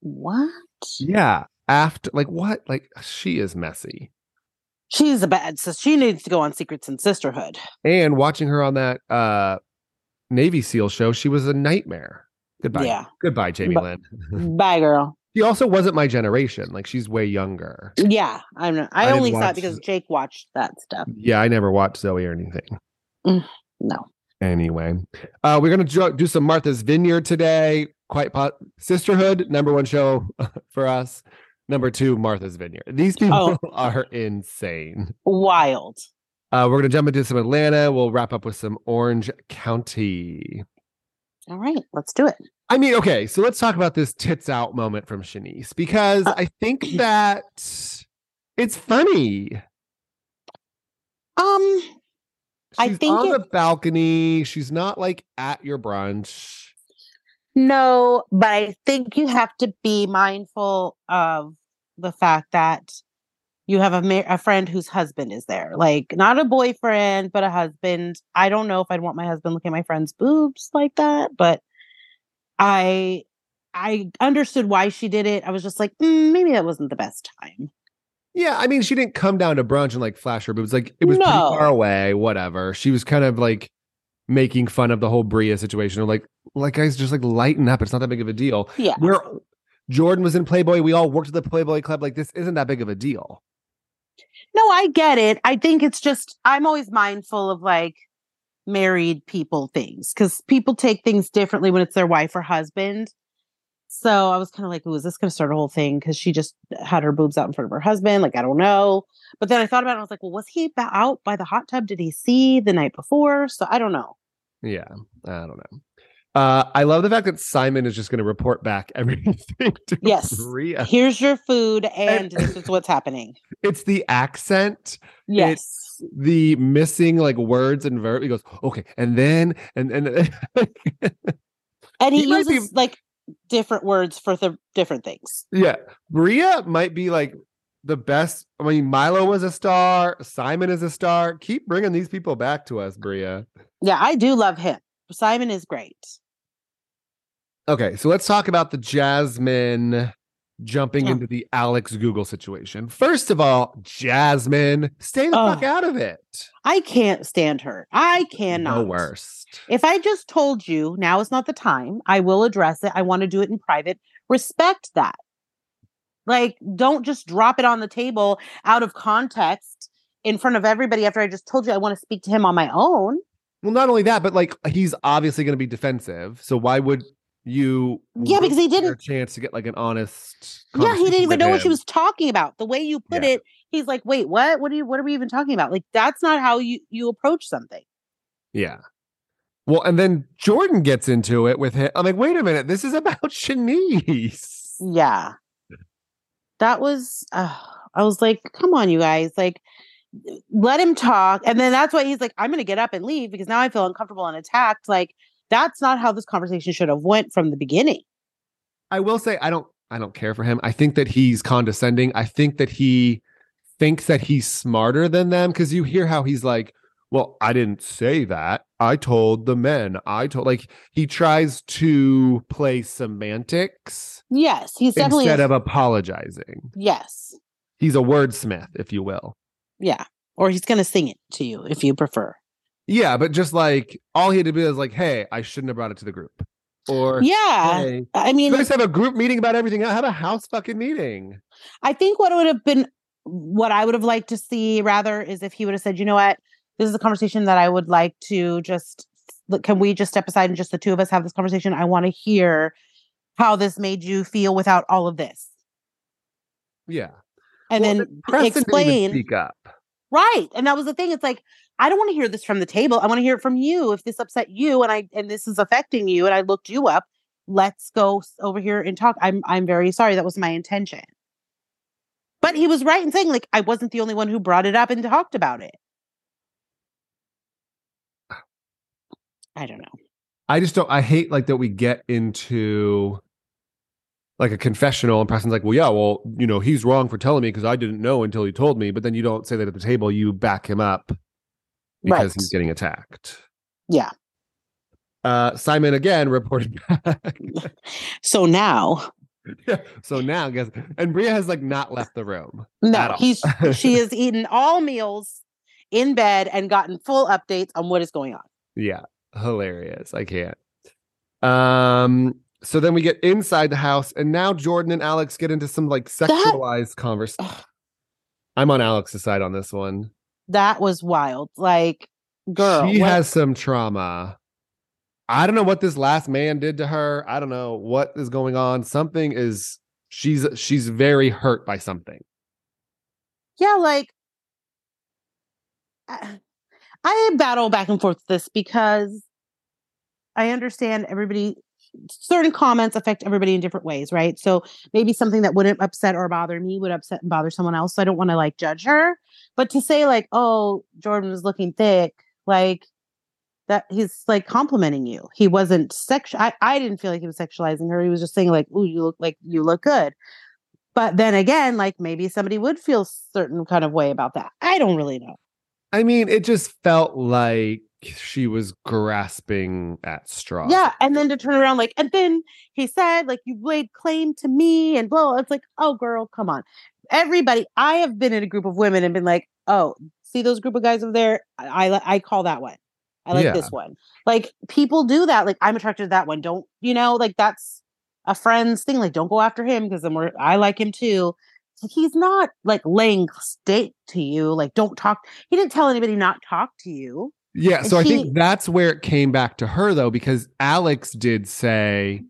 A: What?
B: Yeah. After like what? Like she is messy.
A: She's a bad sister. She needs to go on Secrets and Sisterhood.
B: And watching her on that uh Navy SEAL show, she was a nightmare. Goodbye.
A: Yeah.
B: Goodbye, Jamie
A: Bu-
B: Lynn.
A: Bye, girl.
B: She also wasn't my generation. Like she's way younger.
A: Yeah, I'm. Not, I,
B: I didn't
A: only saw
B: watch
A: it because
B: the-
A: Jake watched that stuff.
B: Yeah, I never watched Zoe or anything.
A: No.
B: anyway uh we're gonna jo- do some martha's vineyard today quite pot sisterhood number one show for us number two martha's vineyard these people
A: Oh.
B: are insane
A: Wild.
B: uh we're gonna jump into some atlanta we'll wrap up with some orange county
A: All right, let's do it.
B: i mean okay so let's talk about this tits out moment from shanice because
A: Uh,
B: i think that it's funny
A: Um, I
B: She's
A: think
B: on
A: it-
B: the balcony she's not like at your brunch
A: no, but I think you have to be mindful of the fact that you have a ma- a friend whose husband is there. Like not a boyfriend, but a husband. I don't know if I'd want my husband looking at my friend's boobs like that, but I I understood why she did it. I was just like, "Mm, maybe that wasn't the best time.
B: Yeah, I mean, she didn't come down to brunch and like flash her boobs. Like it was pretty
A: No.
B: far away. Whatever. She was kind of like making fun of the whole Bria situation. Or like, like guys, just like lighten up. It's not that big of a deal.
A: Yeah.
B: Where Jordan was in Playboy, we all worked at the Playboy Club. Like this isn't that big of a deal.
A: No, I get it. I think it's just I'm always mindful of like married people things because people take things differently when it's their wife or husband. So I was kind of like, "Ooh, is this going to start a whole thing?" Because she just had her boobs out in front of her husband. Like, I don't know. But then I thought about it. And I was like, "Well, was he ba- out by the hot tub? Did he see the night before?" So I don't know.
B: Yeah, I don't know. Uh, I love the fact that Simon is just going to report back everything to
A: Yes.
B: Bria.
A: Here's your food, and this is what's happening.
B: It's the accent.
A: Yes,
B: the missing like words and verb. He goes, okay, and then and and
A: and he
B: he might be-
A: uses like different words for the different things.
B: yeah, Bria might be like the best. I mean, Milo was a star. Simon is a star. Keep bringing these people back to us, Bria.
A: Yeah, I do love him. Simon is great.
B: Okay, so let's talk about the Jasmine jumping
A: Yeah.
B: into the Alex Google situation. First of all, Jasmine, stay the
A: Ugh.
B: fuck out of it.
A: I can't stand her. I cannot.
B: No worst.
A: If I just told you now is not the time, I will address it. I want to do it in private. Respect that. Like, don't just drop it on the table out of context in front of everybody after I just told you I want to speak to him on my own.
B: Well, not only that, but like he's obviously going to be defensive. So why would you?
A: Yeah, because he
B: ruin your
A: didn't-
B: chance to get like an honest.
A: Yeah, he
B: conversation
A: didn't even
B: with
A: know what she
B: him?
A: was talking about. The way you put
B: Yeah.
A: it, he's like, wait, what? What are you what are we even talking about? Like that's not how you you approach something.
B: Yeah. Well, and then Jordan gets into it with him. I'm like, wait a minute, this is about Shanice.
A: Yeah. That was uh, I was like, come on, you guys, like let him talk. And then that's why he's like, I'm gonna get up and leave because now I feel uncomfortable and attacked. Like, that's not how this conversation should have went from the beginning.
B: I will say I don't I don't care for him. I think that he's condescending. I think that he thinks that he's smarter than them because you hear how he's like, well, I didn't say that. I told the men. I told like he tries to play semantics
A: Yes, he's definitely
B: instead of apologizing.
A: yes.
B: He's a wordsmith, if you will.
A: Yeah. Or he's gonna sing it to you if you prefer.
B: Yeah, but just like all he had to be was like, "Hey, I shouldn't have brought it to the group," or
A: Yeah.
B: "Hey,
A: I mean,
B: let's have a group meeting about everything. Have a house fucking meeting."
A: I think what would have been what I would have liked to see rather is if he would have said, you know what, this is a conversation that I would like to just look, can we just step aside and just the two of us have this conversation? I want to hear how this made you feel without all of this.
B: Yeah,
A: And
B: Well,
A: then
B: Preston didn't even
A: explain.
B: Speak up.
A: Right. And that was the thing. It's like, I don't want to hear this from the table. I want to hear it from you. If this upset you and I and this is affecting you and I looked you up, let's go s- over here and talk. I'm I'm very sorry. That was my intention. But he was right in saying, like, I wasn't the only one who brought it up and talked about it. I don't know.
B: I just don't. I hate like that we get into like a confessional, and Preston's like, "Well, yeah, well, you know, he's wrong for telling me because I didn't know until he told me." But then you don't say that at the table. You back him up because
A: Right.
B: he's getting attacked.
A: Yeah.
B: Uh, Simon again reported back.
A: So now,
B: so now, guess and Bria has like not left the room. At
A: no,
B: all.
A: he's she has eaten all meals in bed and gotten full updates on what is going on.
B: Yeah, hilarious. I can't. Um. So then we get inside the house, and now Jordan and Alex get into some like sexualized conversation.
A: Ugh.
B: I'm on Alex's side on this one.
A: That was wild. Like, girl,
B: she
A: what-
B: has some trauma. I don't know what this last man did to her. I don't know what is going on. Something is she's she's very hurt by something.
A: yeah, like I I battle back and forth with this because I understand everybody certain comments affect everybody in different ways, right? So maybe something that wouldn't upset or bother me would upset and bother someone else. So I don't want to like judge her. But to say like, oh, Jordan was looking thick, like that he's like complimenting you. He wasn't sexual. I, I didn't feel like he was sexualizing her. He was just saying like, oh, you look like you look good. But then again, like maybe somebody would feel certain kind of way about that. I don't really know.
B: I mean, it just felt like she was grasping at straws.
A: Yeah, and then to turn around like, and then he said like you laid claim to me and blah. blah. It's like, oh girl, come on. Everybody, I have been in a group of women and been like, oh, see those group of guys over there? I I, li- I call that one. I like
B: Yeah.
A: this one. Like people do that. Like I'm attracted to that one. Don't you know? Like that's a friend's thing. Like don't go after him because then we're I like him too. It's like, He's not like laying state to you. Like don't talk. He didn't tell anybody not talk to you.
B: Yeah,
A: And
B: so I
A: she-
B: think that's where it came back to her though, because Alex did say,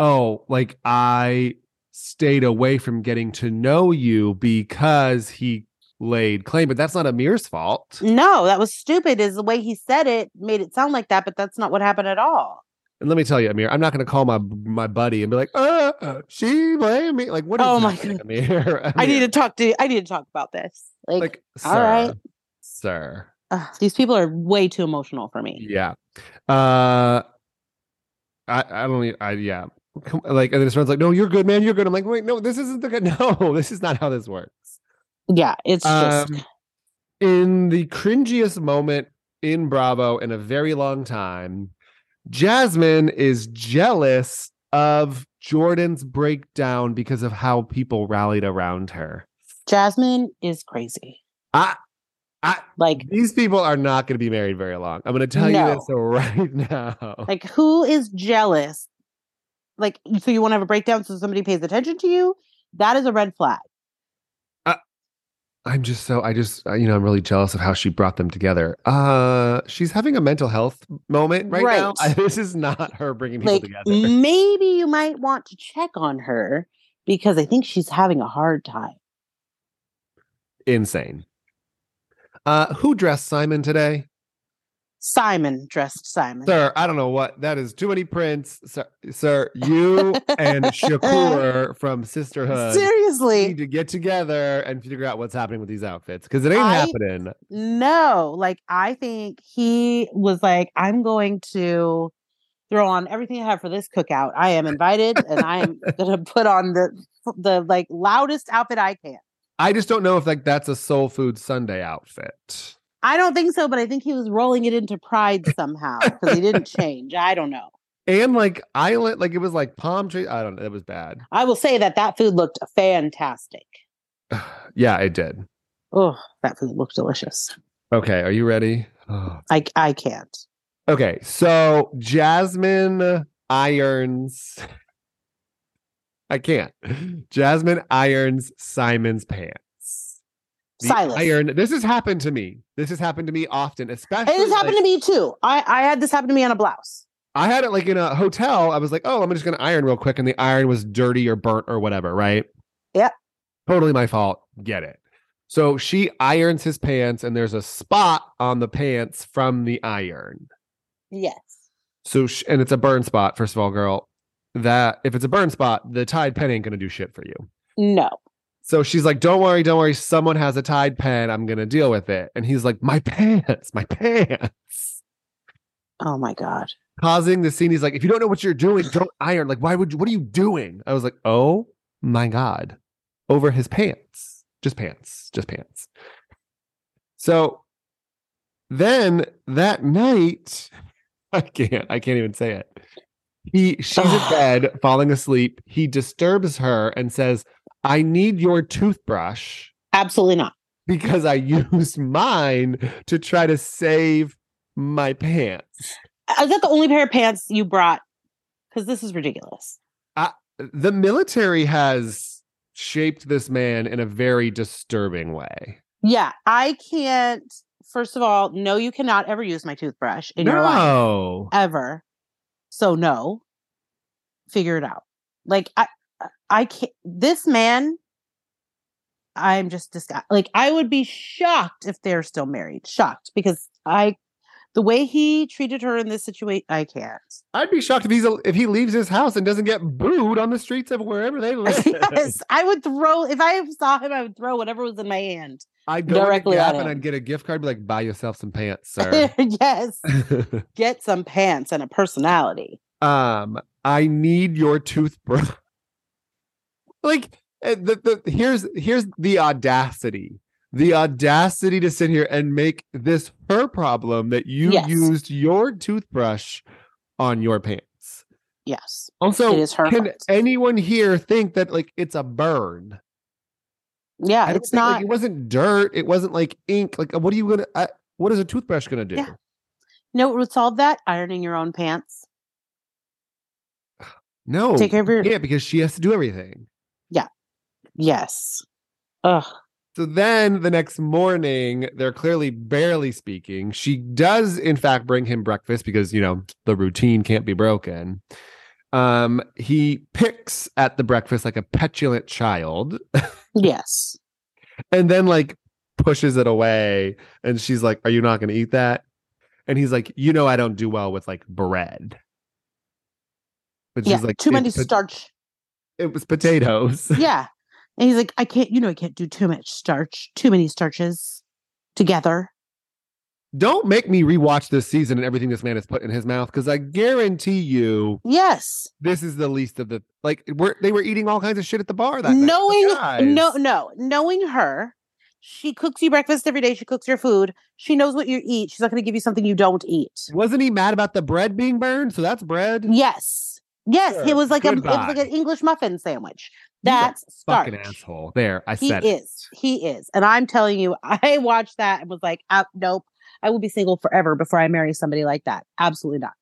B: "Oh, like I stayed away from getting to know you because he laid claim." But that's not Amir's fault.
A: No, that was stupid. Is the way he said it made it sound like that, but that's not what happened at all.
B: And let me tell you, Amir, I'm not going to call my my buddy and be like, "Uh, she blamed me." Like, what? Is
A: Oh
B: that,
A: my
B: like,
A: God.
B: Amir?
A: I need
B: Amir,
A: to talk to. I need to talk about this. Like,
B: like, sir,
A: all right.
B: sir.
A: ugh, these people are way too emotional for me.
B: Yeah. Uh I I don't e- I yeah. Com- Like and this friend's like, no, you're good, man. You're good. I'm like, wait, no, this isn't the good. No, this is not how this works.
A: Yeah, it's just
B: Um, in the cringiest moment in Bravo in a very long time, Jasmine is jealous of Jordan's breakdown because of how people rallied around her.
A: Jasmine is crazy.
B: I, I,
A: Like,
B: these people are not going to be married very long. I'm going to tell
A: No.
B: you this right now.
A: like who is jealous? Like, so you want to have a breakdown so somebody pays attention to you? That is a red flag.
B: I'm just so I just uh, you know I'm really jealous of how she brought them together. Uh, she's having a mental health moment right, now.
A: Right.
B: I, this is not her bringing people
A: Like, e
B: together.
A: maybe you might want to check on her because I think she's having a hard time.
B: insane. Uh, who dressed Simon today?
A: Simon dressed Simon.
B: Sir, I don't know what that is. Too many prints, sir. sir you and Shakur from Sisterhood
A: Seriously,
B: need to get together and figure out what's happening with these outfits because it ain't
A: I-
B: happening.
A: no. Like I think he was like, I'm going to throw on everything I have for this cookout. I am invited, and I am going to put on the the like loudest outfit I can.
B: I just don't know if like that's a soul food Sunday outfit.
A: I don't think so, but I think he was rolling it into pride somehow because he didn't change. I don't know.
B: And like island, like it was like palm tree. I don't know. It was bad.
A: I will say that that food looked fantastic.
B: Yeah, it did.
A: Oh, that food looked delicious.
B: Okay, are you ready? Oh.
A: I I can't.
B: Okay, so Jasmine irons. I can't. Jasmine irons Simon's pants. The
A: Silas.
B: Iron. This has happened to me. This has happened to me often, especially.
A: It has happened
B: like,
A: to me too. I I had this happen to me on a blouse.
B: I had it like in a hotel. I was like, oh, I'm just gonna iron real quick, and the iron was dirty or burnt or whatever, right?
A: Yep.
B: Totally my fault. Get it. So she irons his pants, and there's a spot on the pants from the iron.
A: Yes.
B: So, sh- and it's a burn spot, first of all, girl. That if it's a burn spot, the Tide pen ain't gonna do shit for you.
A: No.
B: So she's like, "Don't worry, don't worry. Someone has a Tide pen. I'm gonna deal with it." And he's like, "My pants, my pants."
A: Oh my god.
B: Causing the scene. He's like, "If you don't know what you're doing, don't iron. Like, why would you? What are you doing?" I was like, "Oh my god," over his pants, just pants, just pants. So then that night, I can't, I can't even say it. He she's in bed falling asleep. He disturbs her and says, I need your toothbrush
A: Absolutely not.
B: because I used mine to try to save my pants.
A: Is that the only pair of pants you brought? Because this is ridiculous.
B: The military has shaped this man in a very disturbing way.
A: Yeah, I can't. First of all, no, you cannot ever use my toothbrush in your life.
B: no.
A: ever. So no, figure it out. Like I, I can't. This man, I'm just disgusted. Like I would be shocked if they're still married. Shocked because I, the way he treated her in this situation, I can't.
B: I'd be shocked if he's if he leaves his house and doesn't get booed on the streets of wherever they live.
A: yes, I would throw if I saw him. I would throw whatever was in my hand.
B: I'd go directly
A: Directly
B: Gap
A: at
B: and
A: him.
B: I'd get a gift card, be like, "Buy yourself some pants, sir."
A: yes, get some pants and a personality.
B: um i need your toothbrush like eh, the, the here's here's the audacity the audacity to sit here and make this her problem that you
A: Yes.
B: used your toothbrush on your pants
A: Yes, it
B: also
A: is her.
B: can
A: fault.
B: anyone here think that like it's a burn I
A: yeah,
B: don't
A: it's
B: think, like,
A: not.
B: it wasn't dirt it wasn't like ink like what are you gonna I, what is a toothbrush gonna do
A: Yeah. no, it would solve that. Ironing your own pants.
B: no
A: Take care of your.
B: Oh, yeah because she has to do everything
A: Yes. Ugh.
B: So then the next morning, they're clearly barely speaking. She does, in fact, bring him breakfast because, you know, the routine can't be broken. Um, he picks at the breakfast like a petulant child
A: Yes.
B: and then, like, pushes it away. And she's like, Are you not going to eat that? And he's like, You know, I don't do well with like bread. But
A: Yeah.
B: she's like,
A: too
B: "It's
A: many
B: pot-
A: starch.
B: It was potatoes.
A: Yeah. And he's like, I can't, you know, I can't do too much starch, too many starches together.
B: Don't make me rewatch this season and everything this man has put in his mouth because I guarantee you
A: Yes.
B: this is the least of the like we're, they were eating all kinds of shit at the bar that night.
A: Knowing,
B: Guys.
A: no, no, knowing her, she cooks you breakfast every day. She cooks your food. She knows what you eat. She's not going to give you something you don't eat.
B: wasn't he mad about the bread being burned so that's bread
A: Yes. Yes.
B: Sure.
A: It was like a, it
B: Goodbye.
A: was like an English muffin sandwich.
B: He's a
A: That's starch.
B: fucking asshole there i
A: He
B: said it.
A: is. He is. And I'm telling you, I watched that and was like, ah, nope, I will be single forever before I marry somebody like that. Absolutely not.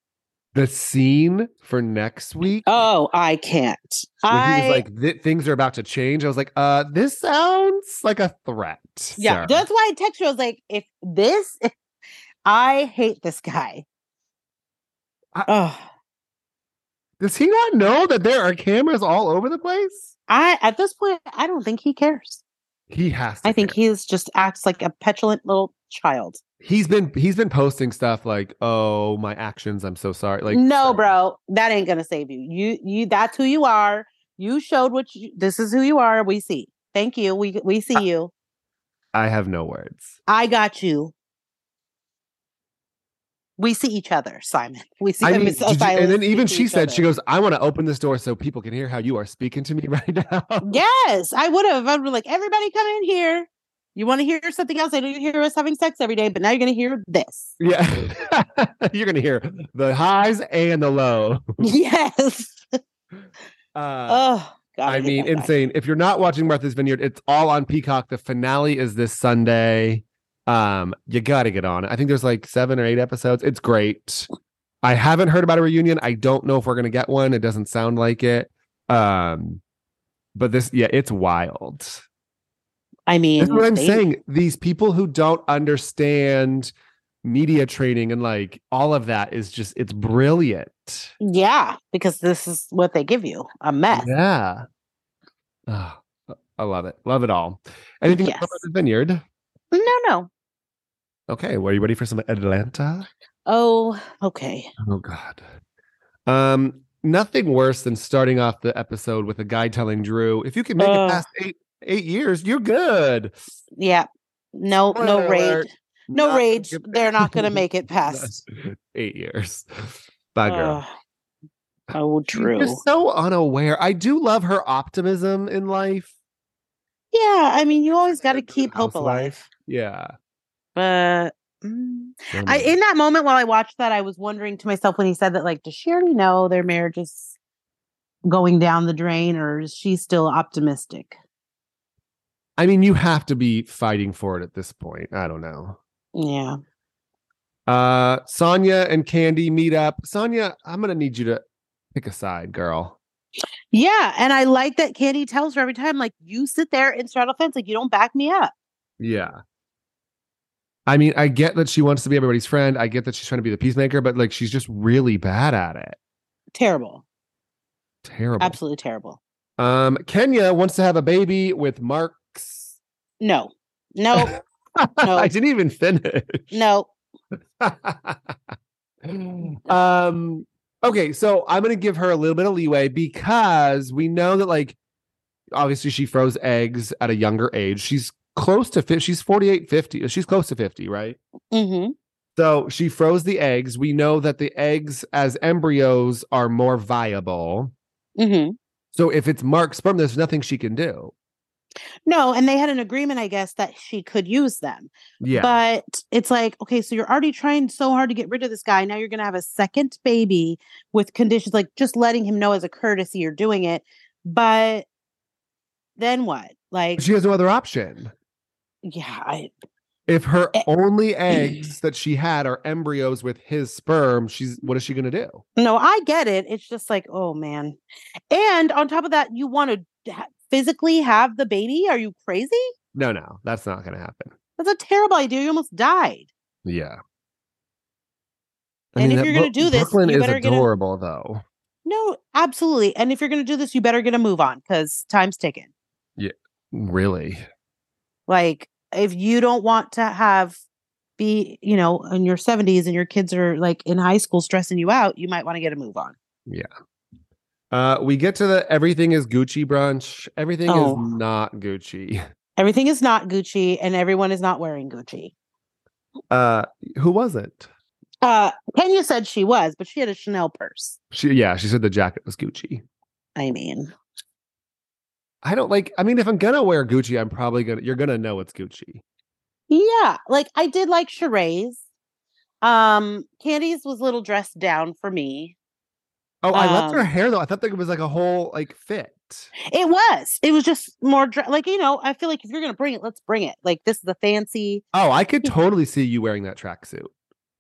B: the scene for next week
A: Oh, I can't.
B: where
A: I
B: he was like "Th- things are about to change i was like uh this sounds like a threat
A: yeah.
B: sir."
A: That's why I text you. I was like, if this, I hate this guy.
B: I-
A: oh,
B: does he not know that there are cameras all over the place
A: I at this point, I don't think he cares.
B: He has to
A: I think
B: care.
A: he is just acts like a petulant little child.
B: he's been he's been posting stuff like, "Oh, my actions, I'm so sorry." Like
A: no,
B: sorry.
A: bro, that ain't gonna save you. You you that's who you are. You showed what you this is who you are. We see. Thank you. We we see you.
B: I have no words.
A: I got you. We see each other, Simon. We see
B: I
A: I
B: mean,
A: Miss
B: did you-
A: Silas
B: and then
A: see
B: even she
A: each
B: said, she
A: other.
B: goes, I want to open this door so people can hear how you are speaking to me right now.
A: Yes, I would have. I'd be like, everybody come in here. You want to hear something else? I know you hear us having sex every day, but now you're gonna hear this.
B: Yeah. You're going to hear the highs and the low.
A: yes.
B: Uh,
A: Oh God.
B: I
A: hate
B: mean,
A: that guy.
B: insane. If you're not watching Martha's Vineyard, it's all on Peacock. The finale is this Sunday. Um, you got to get on it. I think there's like seven or eight episodes. It's great. I haven't heard about a reunion. I don't know if we're going to get one. It doesn't sound like it. Um, but this, yeah, it's wild.
A: I mean,
B: That's what I'm
A: they-
B: saying. These people who don't understand media training and like all of that is just it's brilliant.
A: Yeah, because this is what they give you a mess.
B: Yeah. Ah, I love it. Love it all. Anything else
A: Yes.
B: about the vineyard?
A: No, no.
B: Okay. Well, are you ready for some Atlanta?
A: Oh, okay.
B: Oh God. Um, nothing worse than starting off the episode with a guy telling Drew, if you can make
A: Ugh.
B: it past eight eight years, you're good.
A: Yeah. No,
B: Spoiler
A: no
B: alert.
A: rage. No
B: Not-
A: rage. They're not going to make it past.
B: eight years. Bye girl.
A: Ugh. oh,
B: She's
A: Drew.
B: just so unaware. I do love her optimism in life.
A: Yeah, I mean, you always got to
B: Drew
A: keep hope alive.
B: Housewife. Yeah.
A: But mm,
B: Oh
A: I,
B: my-
A: in that moment while I watched that, I was wondering to myself when he said that, like, does she already know their marriage is going down the drain, or is she still optimistic?
B: I mean, you have to be fighting for it at this point. I don't know.
A: Yeah.
B: Uh Sonia and Candy meet up. Sonia, I'm gonna need you to pick a side, girl.
A: Yeah, and I like that Candy tells her every time, like, you sit there and straddle fence, like you don't back me up.
B: Yeah. I mean, I get that she wants to be everybody's friend. I get that she's trying to be the peacemaker, but like she's just really bad at it.
A: Terrible,
B: Terrible.
A: absolutely terrible.
B: Um, Kenya wants to have a baby with Marks.
A: No, no,
B: I didn't even finish.
A: no.
B: um okay so i'm gonna give her a little bit of leeway because we know that like obviously she froze eggs at a younger age she's close to 50 she's 48 50 she's close to 50 right
A: Mm-hmm.
B: so she froze the eggs we know that the eggs as embryos are more viable
A: Mm-hmm.
B: so if it's marked sperm there's nothing she can do
A: No, and they had an agreement, I guess, that she could use them.
B: yeah
A: But it's like, okay, so you're already trying so hard to get rid of this guy. Now you're going to have a second baby with conditions like just letting him know as a courtesy you're doing it. But then what? Like,
B: she has no other option
A: yeah, I,
B: if her
A: Eh.
B: only eggs that she had are embryos with his sperm she's what is she gonna do
A: No, I get it. It's just like, oh man. And on top of that, you want to ha- physically have the baby? Are you crazy?
B: No, no, that's not going to happen.
A: That's a terrible idea. You almost died.
B: Yeah.
A: And if
B: that
A: you're gonna
B: Bro-
A: do this,
B: Brooklyn
A: you
B: is
A: better get a-
B: adorable, though.
A: No, absolutely. And if you're going to do this, you better get a move on because time's ticking.
B: Really?
A: Like, if you don't want to have be, you know, in your 70s and your kids are like in high school stressing you out, you might want to get a move on.
B: Uh, we get to the everything is Gucci brunch. Everything
A: Oh.
B: is not Gucci.
A: Everything is not Gucci and everyone is not wearing Gucci.
B: Uh, who was it?
A: Uh, Kenya said she was, but she had a Chanel purse.
B: She, yeah, she said the jacket was Gucci.
A: I mean,
B: I don't like. I mean, if I'm gonna wear Gucci, I'm probably gonna. You're gonna know it's Gucci.
A: Yeah, like I did like Sheree's. Um, Candy's was a little dressed down for me.
B: Oh, I loved her
A: Um,
B: hair though. I thought that it was like a whole like fit.
A: It was. It was just more dre- like you know. I feel like if you're gonna bring it, let's bring it. Like this is a fancy.
B: Oh, I could totally see you wearing that tracksuit.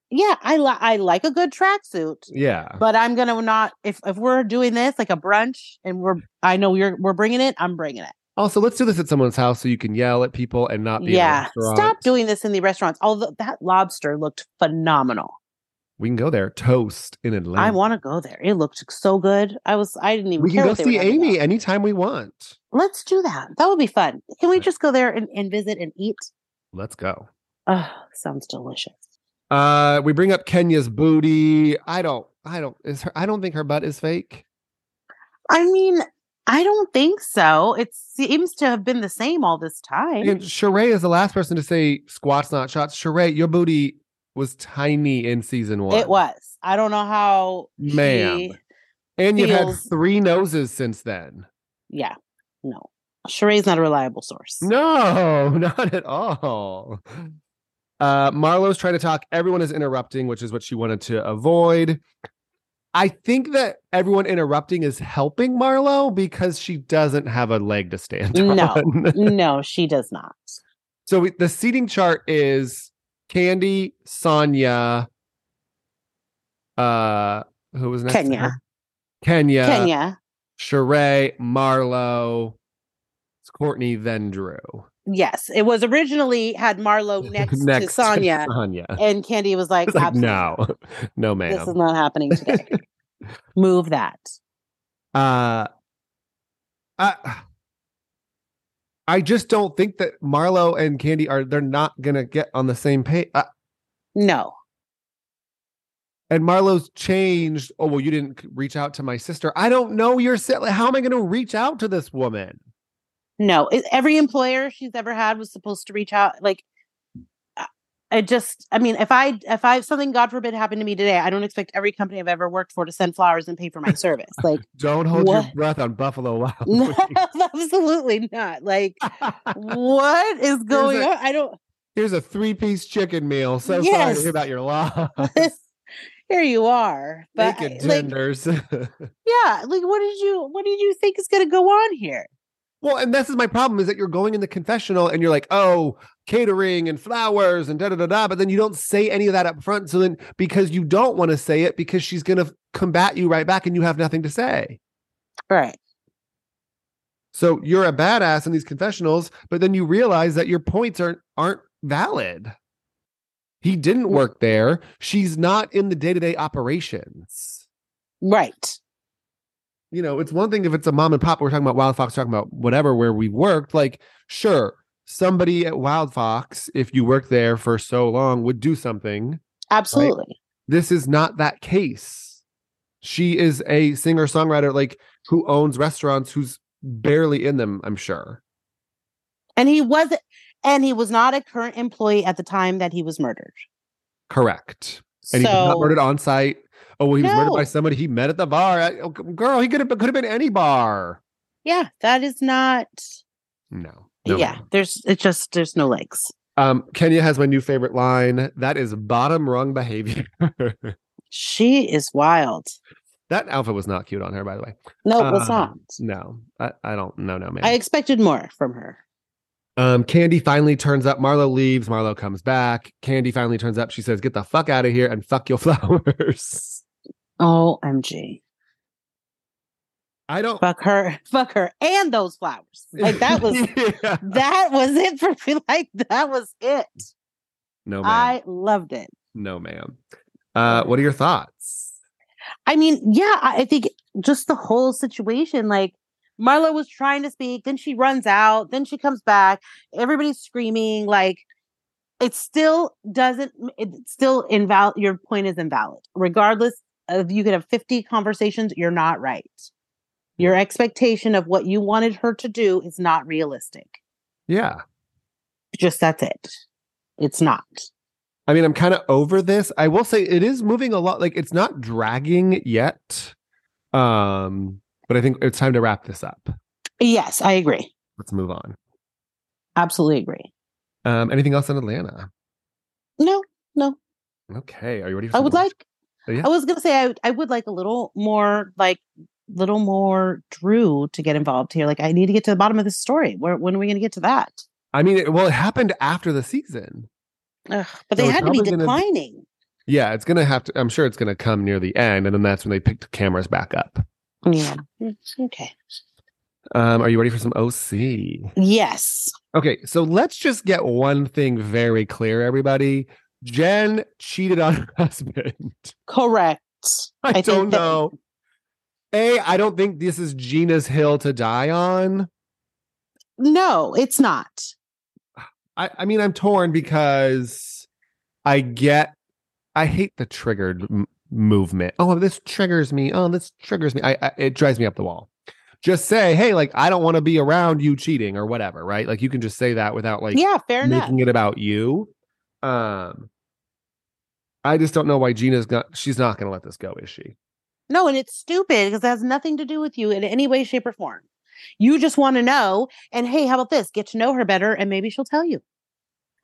A: Yeah, I like I like a good tracksuit,
B: Yeah.
A: but I'm gonna not if if we're doing this like a brunch and we're I know you're we're bringing it. I'm bringing it.
B: Also, let's do this at someone's house so you can yell at people and not be. in a
A: Yeah,
B: restaurant.
A: stop doing this in the restaurants. Although that lobster looked phenomenal.
B: We can go there. Toast in Atlanta.
A: I want to go there. It looked so good. I was I didn't even
B: we can
A: care
B: go
A: what they were
B: see
A: talking
B: Amy
A: about.
B: anytime we want.
A: Let's do that. That would be fun. Can we
B: Right.
A: just go there and, and visit and eat?
B: Let's go.
A: Oh, sounds delicious.
B: Uh, we bring up Kenya's booty. I don't. I don't. Is her? I don't think her butt is fake.
A: I mean, I don't think so. It seems to have been the same all this time.
B: And Sheree is the last person to say squats, not shots. Sheree, your booty was tiny in season one.
A: It was. I don't know how.
B: Ma'am.
A: she-
B: and you've had
A: feels-
B: three noses since then.
A: yeah. No. Sheree's not a reliable source.
B: No, not at all.
A: Mm.
B: Uh, Marlo's trying to talk. Everyone is interrupting, which is what she wanted to avoid. I think that everyone interrupting is helping Marlo because she doesn't have a leg to stand on.
A: No. no, she does not.
B: So we, the seating chart is Candy, Sonia, uh, who was next? to
A: Kenya.
B: her? Kenya,
A: Kenya.
B: Sheree, Marlo, it's Courtney, then Drew.
A: Yes. It was originally had Marlo next, to Sonia.
B: Sonia.
A: And Candy was like,
B: It's like,
A: "Absolutely
B: no, no,
A: not. This is
B: ma'am.
A: not happening today. Move that.
B: Uh, I, I just don't think that Marlo and Candy are, they're not going to get on the same page. Uh,
A: No.
B: and Marlo's changed. Oh, well, you didn't c- reach out to my sister. I don't know your si- like, How am I going to reach out to this woman?
A: No, it, every employer she's ever had was supposed to reach out. Like, I- I just, I mean, if I, if I, something God forbid happened to me today, I don't expect every company I've ever worked for to send flowers and pay for my service. Like,
B: Don't hold your
A: What?
B: breath on Buffalo Wild.
A: no,
B: Wings.
A: absolutely not. Like, what is going
B: a-
A: on? I don't,
B: Here's a three piece chicken meal. So sorry to
A: Yes.
B: hear about your loss.
A: here you are. But,
B: Naked
A: I- like,
B: tenders.
A: yeah, like, what did you, what did you think is going to go on here?
B: well, and this is my problem is that you're going in the confessional and you're like, oh, catering and flowers and da da da da. But then you don't say any of that up front. So then because you don't want to say it because she's going to combat you right back and you have nothing to say.
A: Right.
B: So you're a badass in these confessionals, but then you realize that your points aren't aren't valid. He didn't work there. She's not in the day-to-day operations.
A: Right.
B: You know, it's one thing if it's a mom and pop, we're talking about Wild Fox, talking about whatever where we worked. Like, sure, somebody at Wild Fox, if you worked there for so long, would do something.
A: Absolutely.
B: This is not that case. She is a singer-songwriter, like who owns restaurants, who's barely in them, I'm sure.
A: And he wasn't, and he was not a current employee at the time that he was murdered.
B: Correct. and
A: so,
B: he was not murdered on site. Oh, well, he was murdered by
A: No.
B: somebody he met at the bar. I- oh, girl, he could have could have been any bar.
A: yeah, that is not.
B: No. no
A: yeah,
B: no.
A: there's it just there's no legs.
B: Um, Kenya has my new favorite line. That is bottom rung behavior.
A: She is wild.
B: that outfit was not cute on her, by the way.
A: No, it was
B: Uh,
A: not.
B: No, I, I don't. No, no, man.
A: I expected more from her.
B: Um, Candy finally turns up. Marlo leaves. Marlo comes back. Candy finally turns up. She says, "Get the fuck out of here and fuck your flowers."
A: Omg,
B: I don't.
A: fuck her, fuck her, and those flowers. Like that was
B: Yeah.
A: that was it for me. Like that was it.
B: no, ma'am.
A: I loved it.
B: no, ma'am. Uh, what are your thoughts?
A: I mean, yeah, I I think just the whole situation, like Marlo was trying to speak, then she runs out, then she comes back, everybody's screaming, like it still doesn't it's still invalid your point is invalid. Regardless of you could have 50 conversations, you're not right. Your expectation of what you wanted her to do is not realistic.
B: Yeah.
A: Just that's it. It's not.
B: I mean, I'm kind of over this. I will say it is moving a lot. Like it's not dragging yet. Um, but I think it's time to wrap this up.
A: Yes, I agree.
B: Let's move on.
A: Absolutely agree.
B: Um, anything else in Atlanta?
A: No,
B: Okay. Are you ready? For
A: I would
B: some-
A: like.
B: Oh, yeah.
A: I was gonna say I would- I would like a little more like little more Drew to get involved here. Like I need to get to the bottom of this story. Where when are we gonna get to that?
B: I mean, it, well, it happened after the season.
A: Ugh, but they
B: So
A: had to be
B: probably gonna-
A: declining.
B: Yeah, it's gonna have to. I'm sure it's gonna come near the end, and then that's when they picked cameras back up.
A: Yeah. Mm, Okay.
B: Um, are you ready for some OC?
A: Yes.
B: Okay, so let's just get one thing very clear, everybody. Jen cheated on her husband.
A: Correct. I
B: I,
A: think
B: don't
A: that-
B: know. A, I don't think this is Gina's hill to die on.
A: No, it's not.
B: I, I mean, I'm torn because I get, I hate the triggered m- movement. Oh, this triggers me. Oh, this triggers me. I, I it drives me up the wall. Just say, hey, like I don't want to be around you cheating or whatever, right? Like you can just say that without like
A: yeah, fair enough.
B: making it about you. Um, I just don't know why Gina's got. She's not going to let this go, is she?
A: No, and it's stupid because it has nothing to do with you in any way, shape, or form. You just want to know. And hey, how about this? Get to know her better and maybe she'll tell you.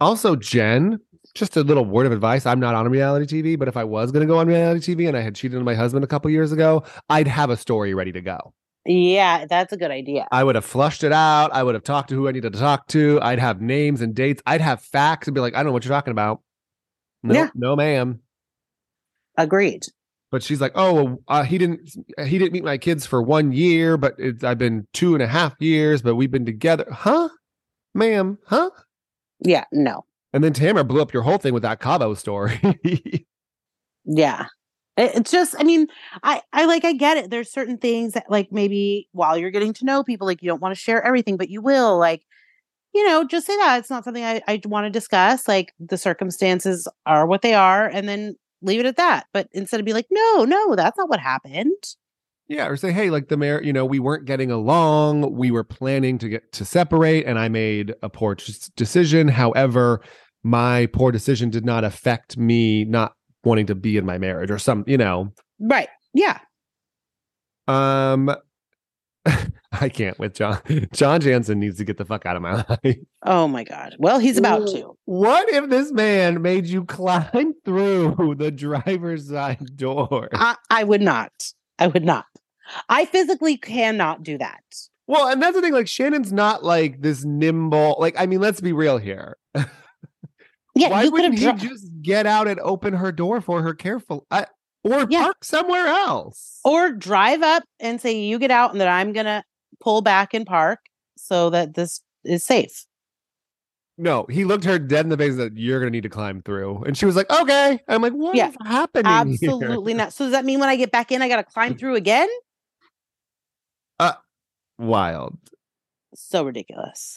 B: Also, Jen, just a little word of advice. I'm not on reality TV, but if I was going to go on reality TV and I had cheated on my husband a couple years ago, I'd have a story ready to go.
A: Yeah, that's a good idea.
B: I would have flushed it out. I would have talked to who I needed to talk to. I'd have names and dates. I'd have facts and be like, I don't know what you're talking about. No,
A: Yeah.
B: no, ma'am.
A: Agreed.
B: But she's like, oh, well, uh, he didn't, he didn't meet my kids for one year, but it, I've been two and a half years, but we've been together, huh, ma'am, huh?
A: Yeah, no.
B: And then Tamara blew up your whole thing with that Cabo story.
A: Yeah. It- It's just, I mean, I, I like, I get it. There's certain things that, like, maybe while you're getting to know people, like, you don't want to share everything, but you will. Like, you know, just say that it's not something I, I want to discuss. Like, the circumstances are what they are, and then leave it at that. But instead of be like, no, no, that's not what happened.
B: Yeah, or say, hey, like the mayor, you know, we weren't getting along. We were planning to get to separate, and I made a poor t- decision. However, my poor decision did not affect me not wanting to be in my marriage or some, you know.
A: Right. Yeah.
B: Um, I can't with John. John Jansen needs to get the fuck out of my life.
A: Oh my God. Well, he's about
B: Ooh.
A: to.
B: What if this man made you climb through the driver's side door?
A: I, I would not. I would not. I physically cannot do that.
B: Well, and that's the thing. Like Shannon's not like this nimble. Like, I mean, let's be real here.
A: Yeah,
B: Why
A: you could
B: wouldn't
A: have
B: he
A: dro-
B: just get out and open her door for her careful I, or
A: Yeah.
B: park somewhere else?
A: or drive up and say you get out and then I'm gonna pull back and park so that this is safe.
B: no, he looked her dead in the face and said, You're gonna need to climb through. And she was like, Okay. I'm like, "What is
A: Yeah.
B: happening? here?"
A: Absolutely not. So does that mean when I get back in, I gotta climb through again?
B: Wild.
A: So ridiculous.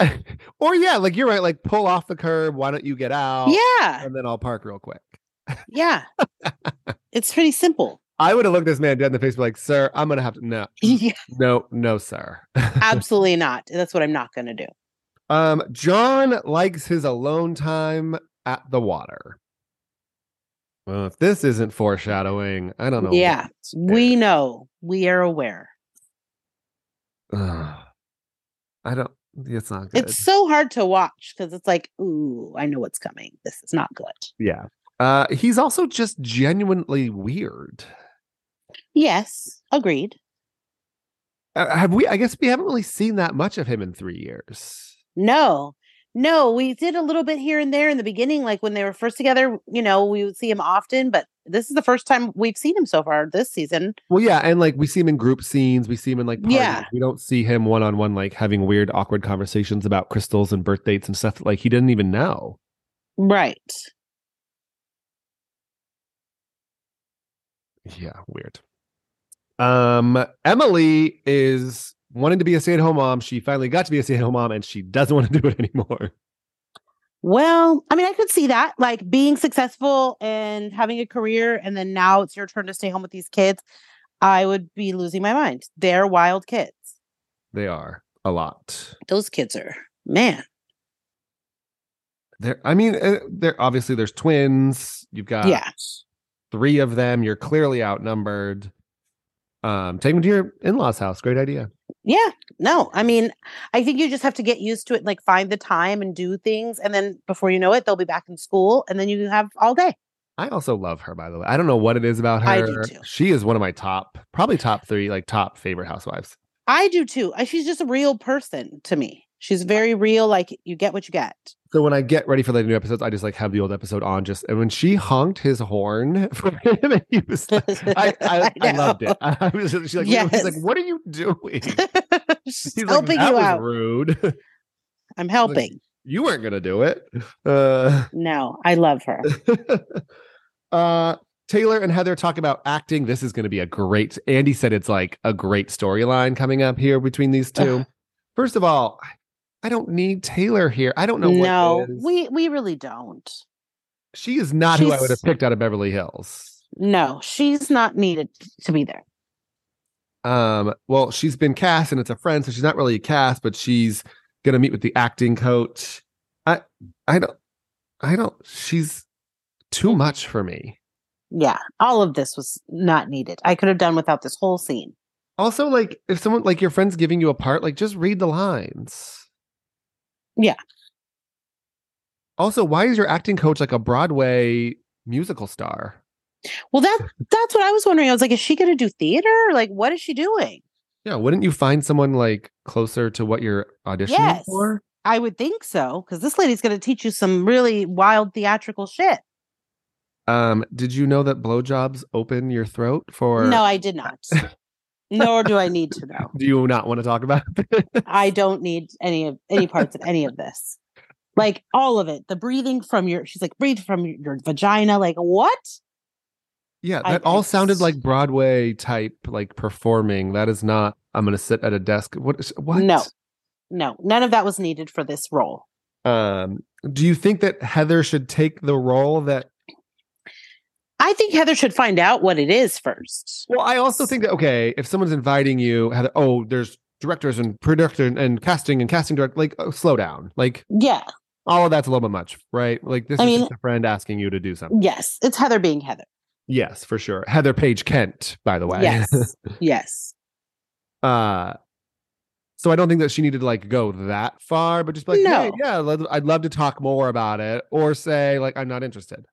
B: Or yeah, like you're right, like pull off the curb. Why don't you get out?
A: yeah,
B: And then I'll park real quick.
A: yeah. it's pretty simple.
B: I would have looked this man dead in the face, and be like, sir, I'm gonna have to no,
A: Yeah,
B: no, no, sir.
A: absolutely not. That's what I'm not gonna do.
B: Um, John likes his alone time at the water. Well, if this isn't foreshadowing, I don't know. what
A: Yeah,
B: is
A: we know. We are aware.
B: there. Ugh. I don't. It's not good.
A: It's so hard to watch because it's like, ooh, I know what's coming. This is not good.
B: yeah. Uh, he's also just genuinely weird.
A: Yes, agreed.
B: Uh, have we? I guess we haven't really seen that much of him in three years.
A: No, no, we did a little bit here and there in the beginning, like when they were first together. You know, we would see him often, but this is the first time we've seen him so far this season.
B: Well, yeah, and like we see him in group scenes, we see him in like parties.
A: Yeah.
B: We don't see him one on one, like having weird, awkward conversations about crystals and birth dates and stuff. Like he didn't even know.
A: Right.
B: Yeah, weird. Um, Emily is wanting to be a stay-at-home mom. She finally got to be a stay-at-home mom, and she doesn't want to do it anymore.
A: Well, I mean, I could see that, like being successful and having a career, and then now it's your turn to stay home with these kids. I would be losing my mind. They're wild kids.
B: They are a lot.
A: Those kids are, man.
B: There, I mean, uh, they're obviously there's twins. You've got
A: yeah.
B: three of them. You're clearly outnumbered. Um, take them to your in-laws' house. Great idea.
A: Yeah. No, I mean, I think you just have to get used to it, like find the time and do things. And then before you know it, they'll be back in school and then you have all day.
B: I also love her, by the way. I don't know what it is about her.
A: I do too.
B: She is one of my top, probably top three, like top favorite housewives.
A: I do too. I, she's just a real person to me. She's very real. Like you get what you get.
B: So when I get ready for the new episodes, I just like have the old episode on. Just and when she honked his horn for him, and he was, like, I, I, I,
A: I
B: loved
A: know.
B: it. I, was, she's like, he's
A: Yes.
B: like, what are you doing? He's
A: she's
B: like,
A: helping
B: "That
A: you
B: was
A: out.
B: Rude.
A: I'm helping.
B: you weren't gonna do it. Uh,
A: No, I love her.
B: uh, Taylor and Heather talk about acting. This is gonna be a great. Andy said it's like a great storyline coming up here between these two. First of all, I- I don't need Taylor here. I don't know.
A: no,
B: what is.
A: we we really don't.
B: she is not who I
A: she's-
B: would have picked out of Beverly Hills.
A: No, she's not needed to be there.
B: um well she's been cast and it's a friend so she's not really a cast but she's gonna meet with the acting coach i i don't i don't she's too much for me
A: Yeah, all of this was not needed. I could have done without this whole scene.
B: also like if someone like your friend's giving you a part like just read the lines
A: Yeah.
B: also why is your acting coach like a broadway musical star
A: Well, that that's what I was wondering. I was like, is she going to do theater? Like, what is she doing?
B: yeah wouldn't you find someone like closer to what you're auditioning
A: Yes.
B: for
A: I would think so, because this lady's going to teach you some really wild theatrical shit.
B: um did you know that blowjobs open your throat for
A: no, I did not. Nor do I need to know.
B: Do you not want to talk about it?
A: I don't need any of any parts of any of this. Like all of it, the breathing from your, she's like, breathe from your, your vagina. Like, what?
B: yeah,
A: I-
B: that all
A: I-
B: sounded like Broadway type, like performing. That is not. I'm gonna sit at a desk. What? is- What?
A: No. No, none of that was needed for this role.
B: Um. Do you think that Heather should take the role that?
A: I think Heather should find out what it is first.
B: Well, I also think that okay, if someone's inviting you, Heather. Oh, there's directors and production and casting and casting direct. Like, oh, slow down. Like,
A: Yeah.
B: all of that's a little bit much, right? Like, this
A: I
B: is
A: mean-
B: just a friend asking you to do something.
A: Yes. It's Heather being Heather.
B: Yes, for sure. Heather Page Kent, by the way.
A: Yes. yes.
B: Uh so I don't think that she needed to like go that far, but just be like, hey,
A: No.
B: yeah, I'd love- I'd love to talk more about it, or say like I'm not interested.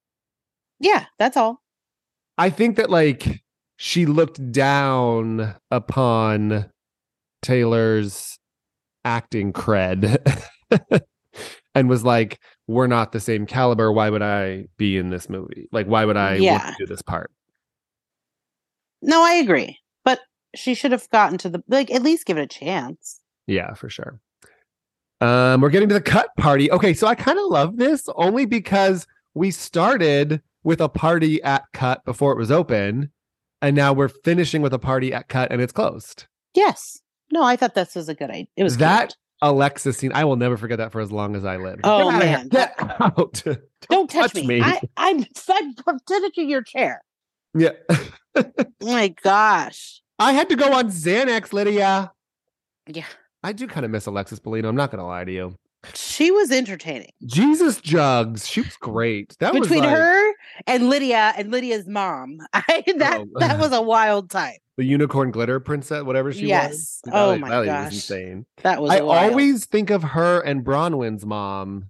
A: Yeah. That's all.
B: I think that like she looked down upon Taylor's acting cred and was like, we're not the same caliber. Why would I be in this movie? Like, why would I want
A: Yeah.
B: to do this part?
A: No, I agree. But she should have gotten to the, like, at least give it a chance.
B: Yeah, for sure. Um, we're getting to the cut party. Okay, so I kind of love this only because we started with a party at cut before it was open, and now we're finishing with a party at cut and it's closed.
A: Yes. No, I thought this was a good idea. It was
B: That-
A: cute.
B: Alexis scene. I will never forget that for as long as I live.
A: Oh,
B: Get outta here.
A: man.
B: Get out.
A: Don't
B: touch
A: touch, me.
B: me.
A: I, I'm fed up to you your chair.
B: yeah.
A: my gosh.
B: I had to go on Xanax, Lydia.
A: Yeah.
B: I do kind of miss Alexis Bellino. I'm not gonna lie to you.
A: She was entertaining.
B: Jesus jugs. She was great. That was
A: Between
B: like-
A: her and Lydia and Lydia's mom, I, that
B: Oh.
A: that was a wild time.
B: the unicorn glitter princess, whatever she was.
A: Yes. Oh my gosh.
B: insane.
A: That was
B: I
A: wild.
B: always think of her and Bronwyn's mom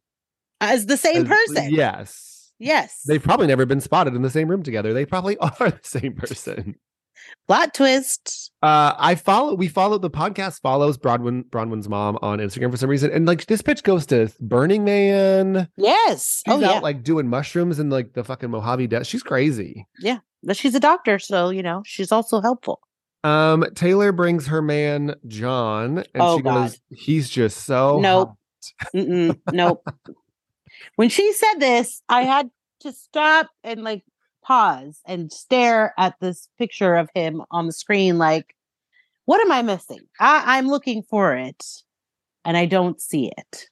A: as the same
B: as-
A: person.
B: Yes,
A: Yes.
B: they've probably never been spotted in the same room together. They probably are the same person.
A: Plot twist.
B: Uh, I follow. We follow the podcast. Follows Bronwyn Bronwyn's mom on Instagram for some reason, and like this bitch goes to Burning Man.
A: Yes.
B: She's
A: oh
B: out
A: yeah.
B: like doing mushrooms and like the fucking Mojave Desert. She's crazy.
A: but she's a doctor, so you know she's also helpful.
B: Um, Taylor brings her man John, and
A: Oh,
B: she goes, "He's just so
A: Nope.
B: hot."
A: Mm-mm, nope. When she said this, I had to stop and like pause and stare at this picture of him on the screen. Like, what am I missing? I- I'm looking for it, and I don't see it.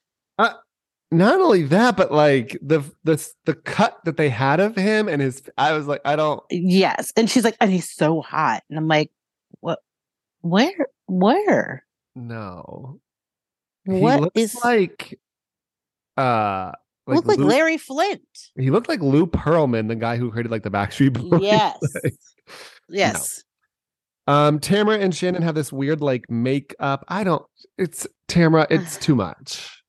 B: not only that, but like the the the cut that they had of him and his, I was like, I don't.
A: Yes, and she's like, and he's so hot, and I'm like, what? Where? Where?
B: No.
A: What
B: he looks
A: is-
B: like? Uh, like,
A: Look like
B: Lou,
A: Larry Flint.
B: He looked like Lou Pearlman, the guy who created like the Backstreet Boys.
A: Yes. Yes.
B: Um, Tamara and Shannon have this weird like makeup. I don't. It's Tamara. It's too much.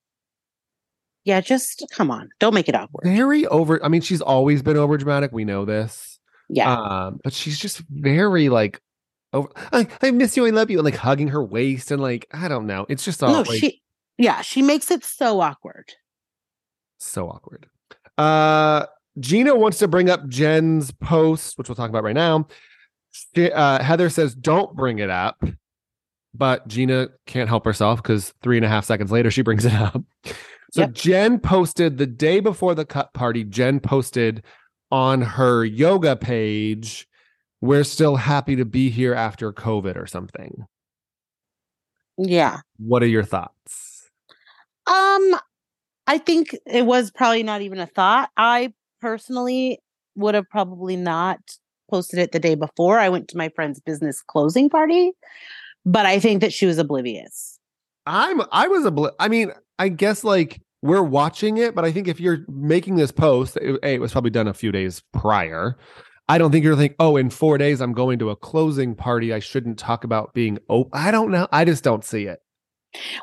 A: Yeah, just come on. Don't make it awkward.
B: Very over. I mean, she's always been over dramatic. We know this.
A: Yeah.
B: Um, but she's just very like over I, I miss you, I love you, and like hugging her waist and like I don't know. It's just all
A: no,
B: like,
A: she yeah, she makes it so awkward.
B: so awkward. Uh Gina wants to bring up Jen's post, which we'll talk about right now. She- uh, Heather says, "Don't bring it up," but Gina can't help herself because three and a half seconds later she brings it up. So
A: Yep.
B: Jen posted the day before the cut party, Jen posted on her yoga page, we're still happy to be here after COVID or something.
A: Yeah.
B: What are your thoughts?
A: Um, I think it was probably not even a thought. I personally would have probably not posted it the day before. I went to my friend's business closing party, but I think that she was oblivious.
B: I'm I was a bl- I mean, I guess like we're watching it, but I think if you're making this post, it, A, it was probably done a few days prior. I don't think you're thinking, oh, in four days I'm going to a closing party. I shouldn't talk about being open. I don't know. I just don't see it.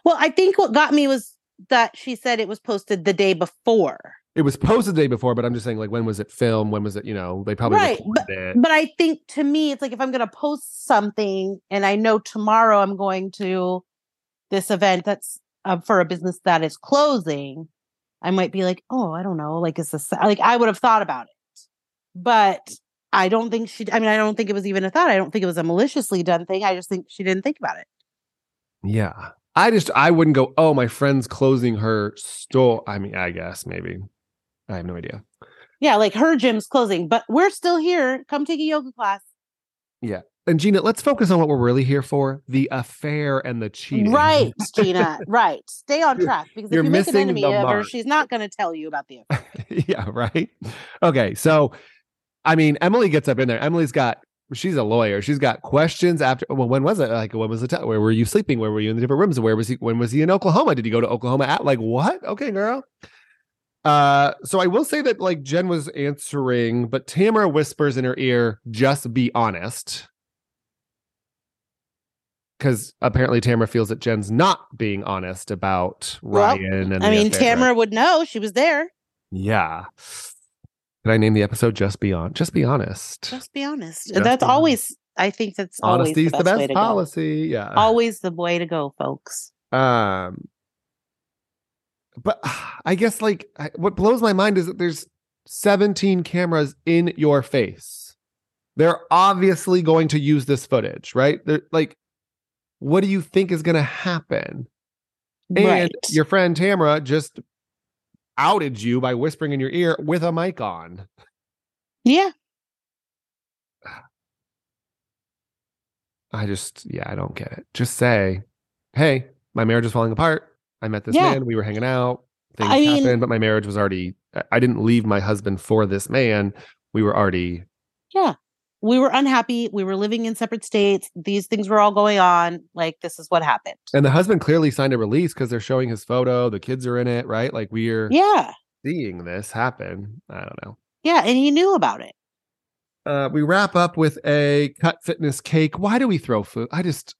A: Well, I think what got me was that she said it was posted the day before.
B: It was posted the day before, but I'm just saying, like, when was it filmed? When was it? You know, they probably
A: Right,
B: recorded it.
A: But I think to me, it's like if I'm going to post something and I know tomorrow I'm going to this event that's uh, for a business that is closing, I might be like, oh, I don't know. Like, is this like I would have thought about it? But I don't think she, I mean, I don't think it was even a thought. I don't think it was a maliciously done thing. I just think she didn't think about it.
B: Yeah. I just I wouldn't go, oh, my friend's closing her store. I mean, I guess maybe. I have no idea.
A: Yeah. Like her gym's closing, but we're still here. Come take a yoga class.
B: And Gina, let's focus on what we're really here for: the affair and the cheating.
A: Right, Gina. right. Stay on track because if
B: you're
A: you make an
B: missing
A: enemy
B: the
A: of her,
B: mark.
A: she's not going to tell you about the
B: yeah, right. Okay, so I mean, Emily gets up in there. Emily's got she's a lawyer. She's got questions after well, when was it? Like when was the time? Where were you sleeping? Where were you in the different rooms? Where was he when was he in Oklahoma? Did he go to Oklahoma at like what? Okay, girl. Uh so I will say that like Jen was answering, but Tamara whispers in her ear, just be honest. Because apparently Tamara feels that Jen's not being honest about
A: Well,
B: Ryan and
A: I
B: the
A: mean,
B: affair.
A: Tamara would know. She was there.
B: Yeah. Can I name the episode just be on just be honest?
A: Just be honest.
B: Just
A: that's
B: be honest.
A: always, I think that's always
B: Honesty's
A: the best, way to go.
B: policy. Yeah.
A: Always the way to go, folks.
B: um but I guess like I- what blows my mind is that there's 17 cameras in your face. They're obviously going to use this footage, right? They're like what do you think is going to happen? And
A: right.
B: your friend Tamara just outed you by whispering in your ear with a mic on.
A: Yeah.
B: I just, yeah, I don't get it. Just say, hey, my marriage is falling apart. I met this
A: Yeah.
B: man. We were hanging out. Things
A: I mean-
B: happened, but my marriage was already, I- I didn't leave my husband for this man. We were already,
A: We were unhappy. We were living in separate states. These things were all going on. Like, this is what happened.
B: and the husband clearly signed a release because they're showing his photo. The kids are in it, right? Like we're
A: Yeah.
B: seeing this happen. I don't know.
A: Yeah. And he knew about it.
B: Uh, we wrap up with a cut fitness cake. Why do we throw food? I just,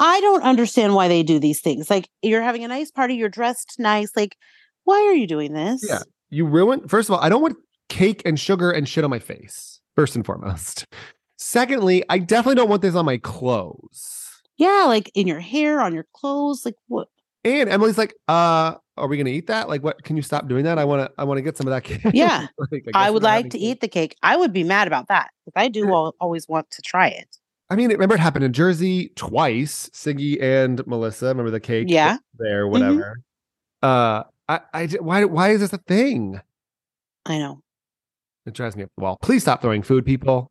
A: I don't understand why they do these things. Like, you're having a nice party. You're dressed nice. Like, why are you doing this?
B: Yeah. you ruin first of all i don't want cake and sugar and shit on my face first and foremost secondly i definitely don't want this on my clothes
A: Yeah. Like, in your hair, on your clothes. Like, what?
B: and emily's like uh are we gonna eat that like what can you stop doing that i want to i want to get some of that cake
A: Yeah.
B: Like, guess
A: I
B: we're
A: would
B: not
A: like
B: having
A: to
B: cake.
A: eat the cake. I would be mad about that because I do al- always want to try it.
B: i mean remember it happened in jersey twice siggy and melissa remember the cake that
A: Yeah. Mm-hmm.
B: was there whatever uh i i j- why why is this a thing
A: I know.
B: it drives me up the wall please stop throwing food people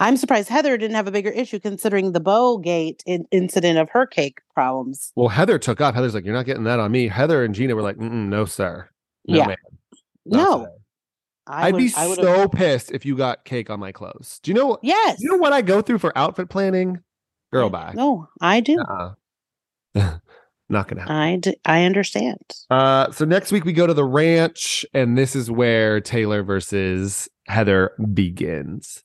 A: I'm surprised Heather didn't have a bigger issue considering the Bowgate in- incident of her cake problems.
B: well heather took off heather's like you're not getting that on me heather and gina were like Mm-mm, no sir no
A: yeah.
B: ma'am. Not
A: No,
B: today.
A: I
B: I'd
A: would,
B: be
A: I would
B: so pissed if you got cake on my clothes. Do you know?
A: Yes. Mm,
B: You know what I go through for outfit planning? Girl, bye.
A: No, I do.
B: Uh-uh. Not gonna happen.
A: I d- I understand.
B: Uh, so next week we go to the ranch, and this is where Taylor versus Heather begins.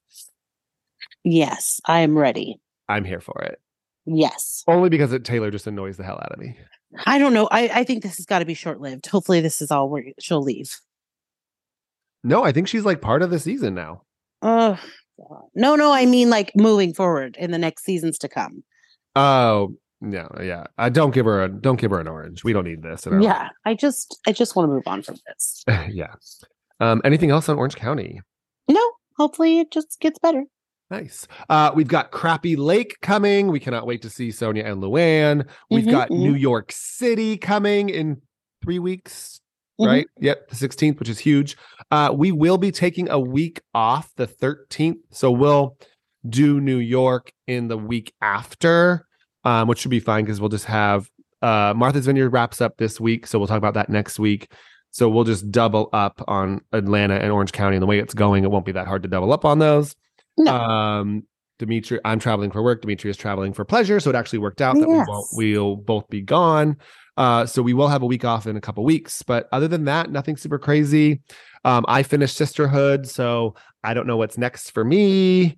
A: Yes, I am ready.
B: I'm here for it,
A: Yes.
B: only because it, Taylor just annoys the hell out of me.
A: I don't know. I, I think this has got to be short lived. Hopefully, this is all where she'll leave.
B: No, I think she's like part of the season now.
A: Oh, God. no, no. I mean, like moving forward in the next seasons to come.
B: Oh no, yeah. I don't give her a don't give her an orange. We don't need this. in our life.
A: Yeah, I just I just want to move on from this.
B: yeah. Um, anything else on Orange County?
A: No, hopefully it just gets better.
B: Nice. Uh, we've got Crappy Lake coming. We cannot wait to see Sonia and Luann. We've
A: Mhm,
B: got
A: mhm.
B: New York City coming in three weeks,
A: Mhm.
B: right? Yep, the 16th, which is huge. Uh, we will be taking a week off the 13th. So we'll do New York in the week after, um, which should be fine because we'll just have uh, Martha's Vineyard wraps up this week. So we'll talk about that next week. So we'll just double up on Atlanta and Orange County and the way it's going. It won't be that hard to double up on those.
A: No.
B: Um, Dimitri, I'm traveling for work. Dimitri is traveling for pleasure. So it actually worked out that we
A: Yes.
B: won't, we'll both be gone. Uh, so we will have a week off in a couple weeks. But other than that, nothing super crazy. Um, I finished Sisterhood. So I don't know what's next for me.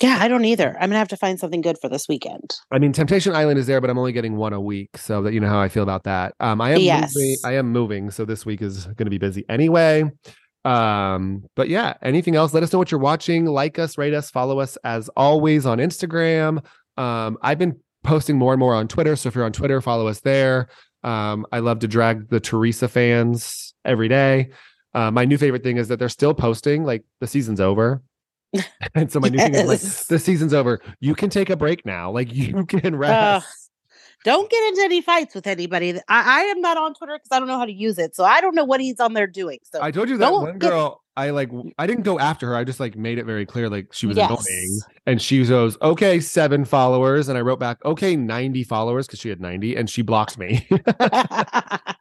A: Yeah, I don't either. I'm gonna have to find something good for this weekend.
B: I mean, Temptation Island is there, but I'm only getting one a week. So that you know how I feel about that. Um, I am
A: Yes.
B: moving, I am moving. So this week is going to be busy anyway. Um, but yeah, anything else? Let us know what you're watching. Like us, rate us, follow us as always on Instagram. Um, I've been posting more and more on Twitter. So if you're on Twitter, follow us there. Um, I love to drag the Teresa fans every day. Uh, my new favorite thing is that they're still posting, like the season's over. and so my new thing is like
A: Yes.
B: the season's over. You can take a break now. Like you can
A: Ugh.
B: rest.
A: don't get into any fights with anybody. I, I am not on Twitter because I don't know how to use it, so I don't know what he's on there doing. So
B: I told you that
A: Don't
B: one
A: get-
B: girl. I like. w- I didn't go after her. I just like made it very clear, like she was
A: Yes.
B: annoying, and she goes, "Okay, seven followers," and I wrote back, "Okay, ninety followers," because she had ninety, and she blocked me.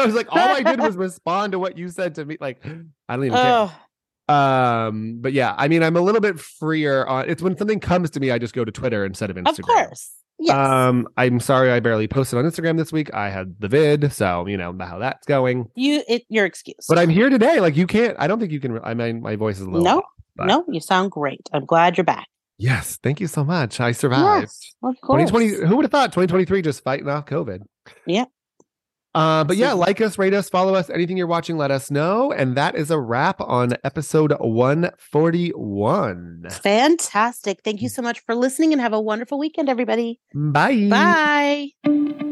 B: I was like, all I did was respond to what you said to me. Like, I don't even care.
A: Ugh.
B: Um, but yeah, I mean, I'm a little bit freer on. It's when something comes to me, I just go to Twitter instead of Instagram.
A: of course, yes.
B: Um, I'm sorry I barely posted on Instagram this week. I had the vid, so you know how that's going.
A: you it your excuse.
B: But I'm here today. Like you can't. I don't think you can. re- I mean, my voice is a little.
A: no,
B: but-
A: no, you sound great. I'm glad you're back.
B: Yes. Thank you so much. I survived.
A: Yes, of course.
B: 2020. Who would have thought 2023 just fighting off COVID?
A: Yeah.
B: Uh, but yeah,
A: Super.
B: like us, rate us, follow us. Anything you're watching, let us know. And that is a wrap on episode 141.
A: Fantastic. Thank you so much for listening and have a wonderful weekend, everybody.
B: Bye.
A: Bye.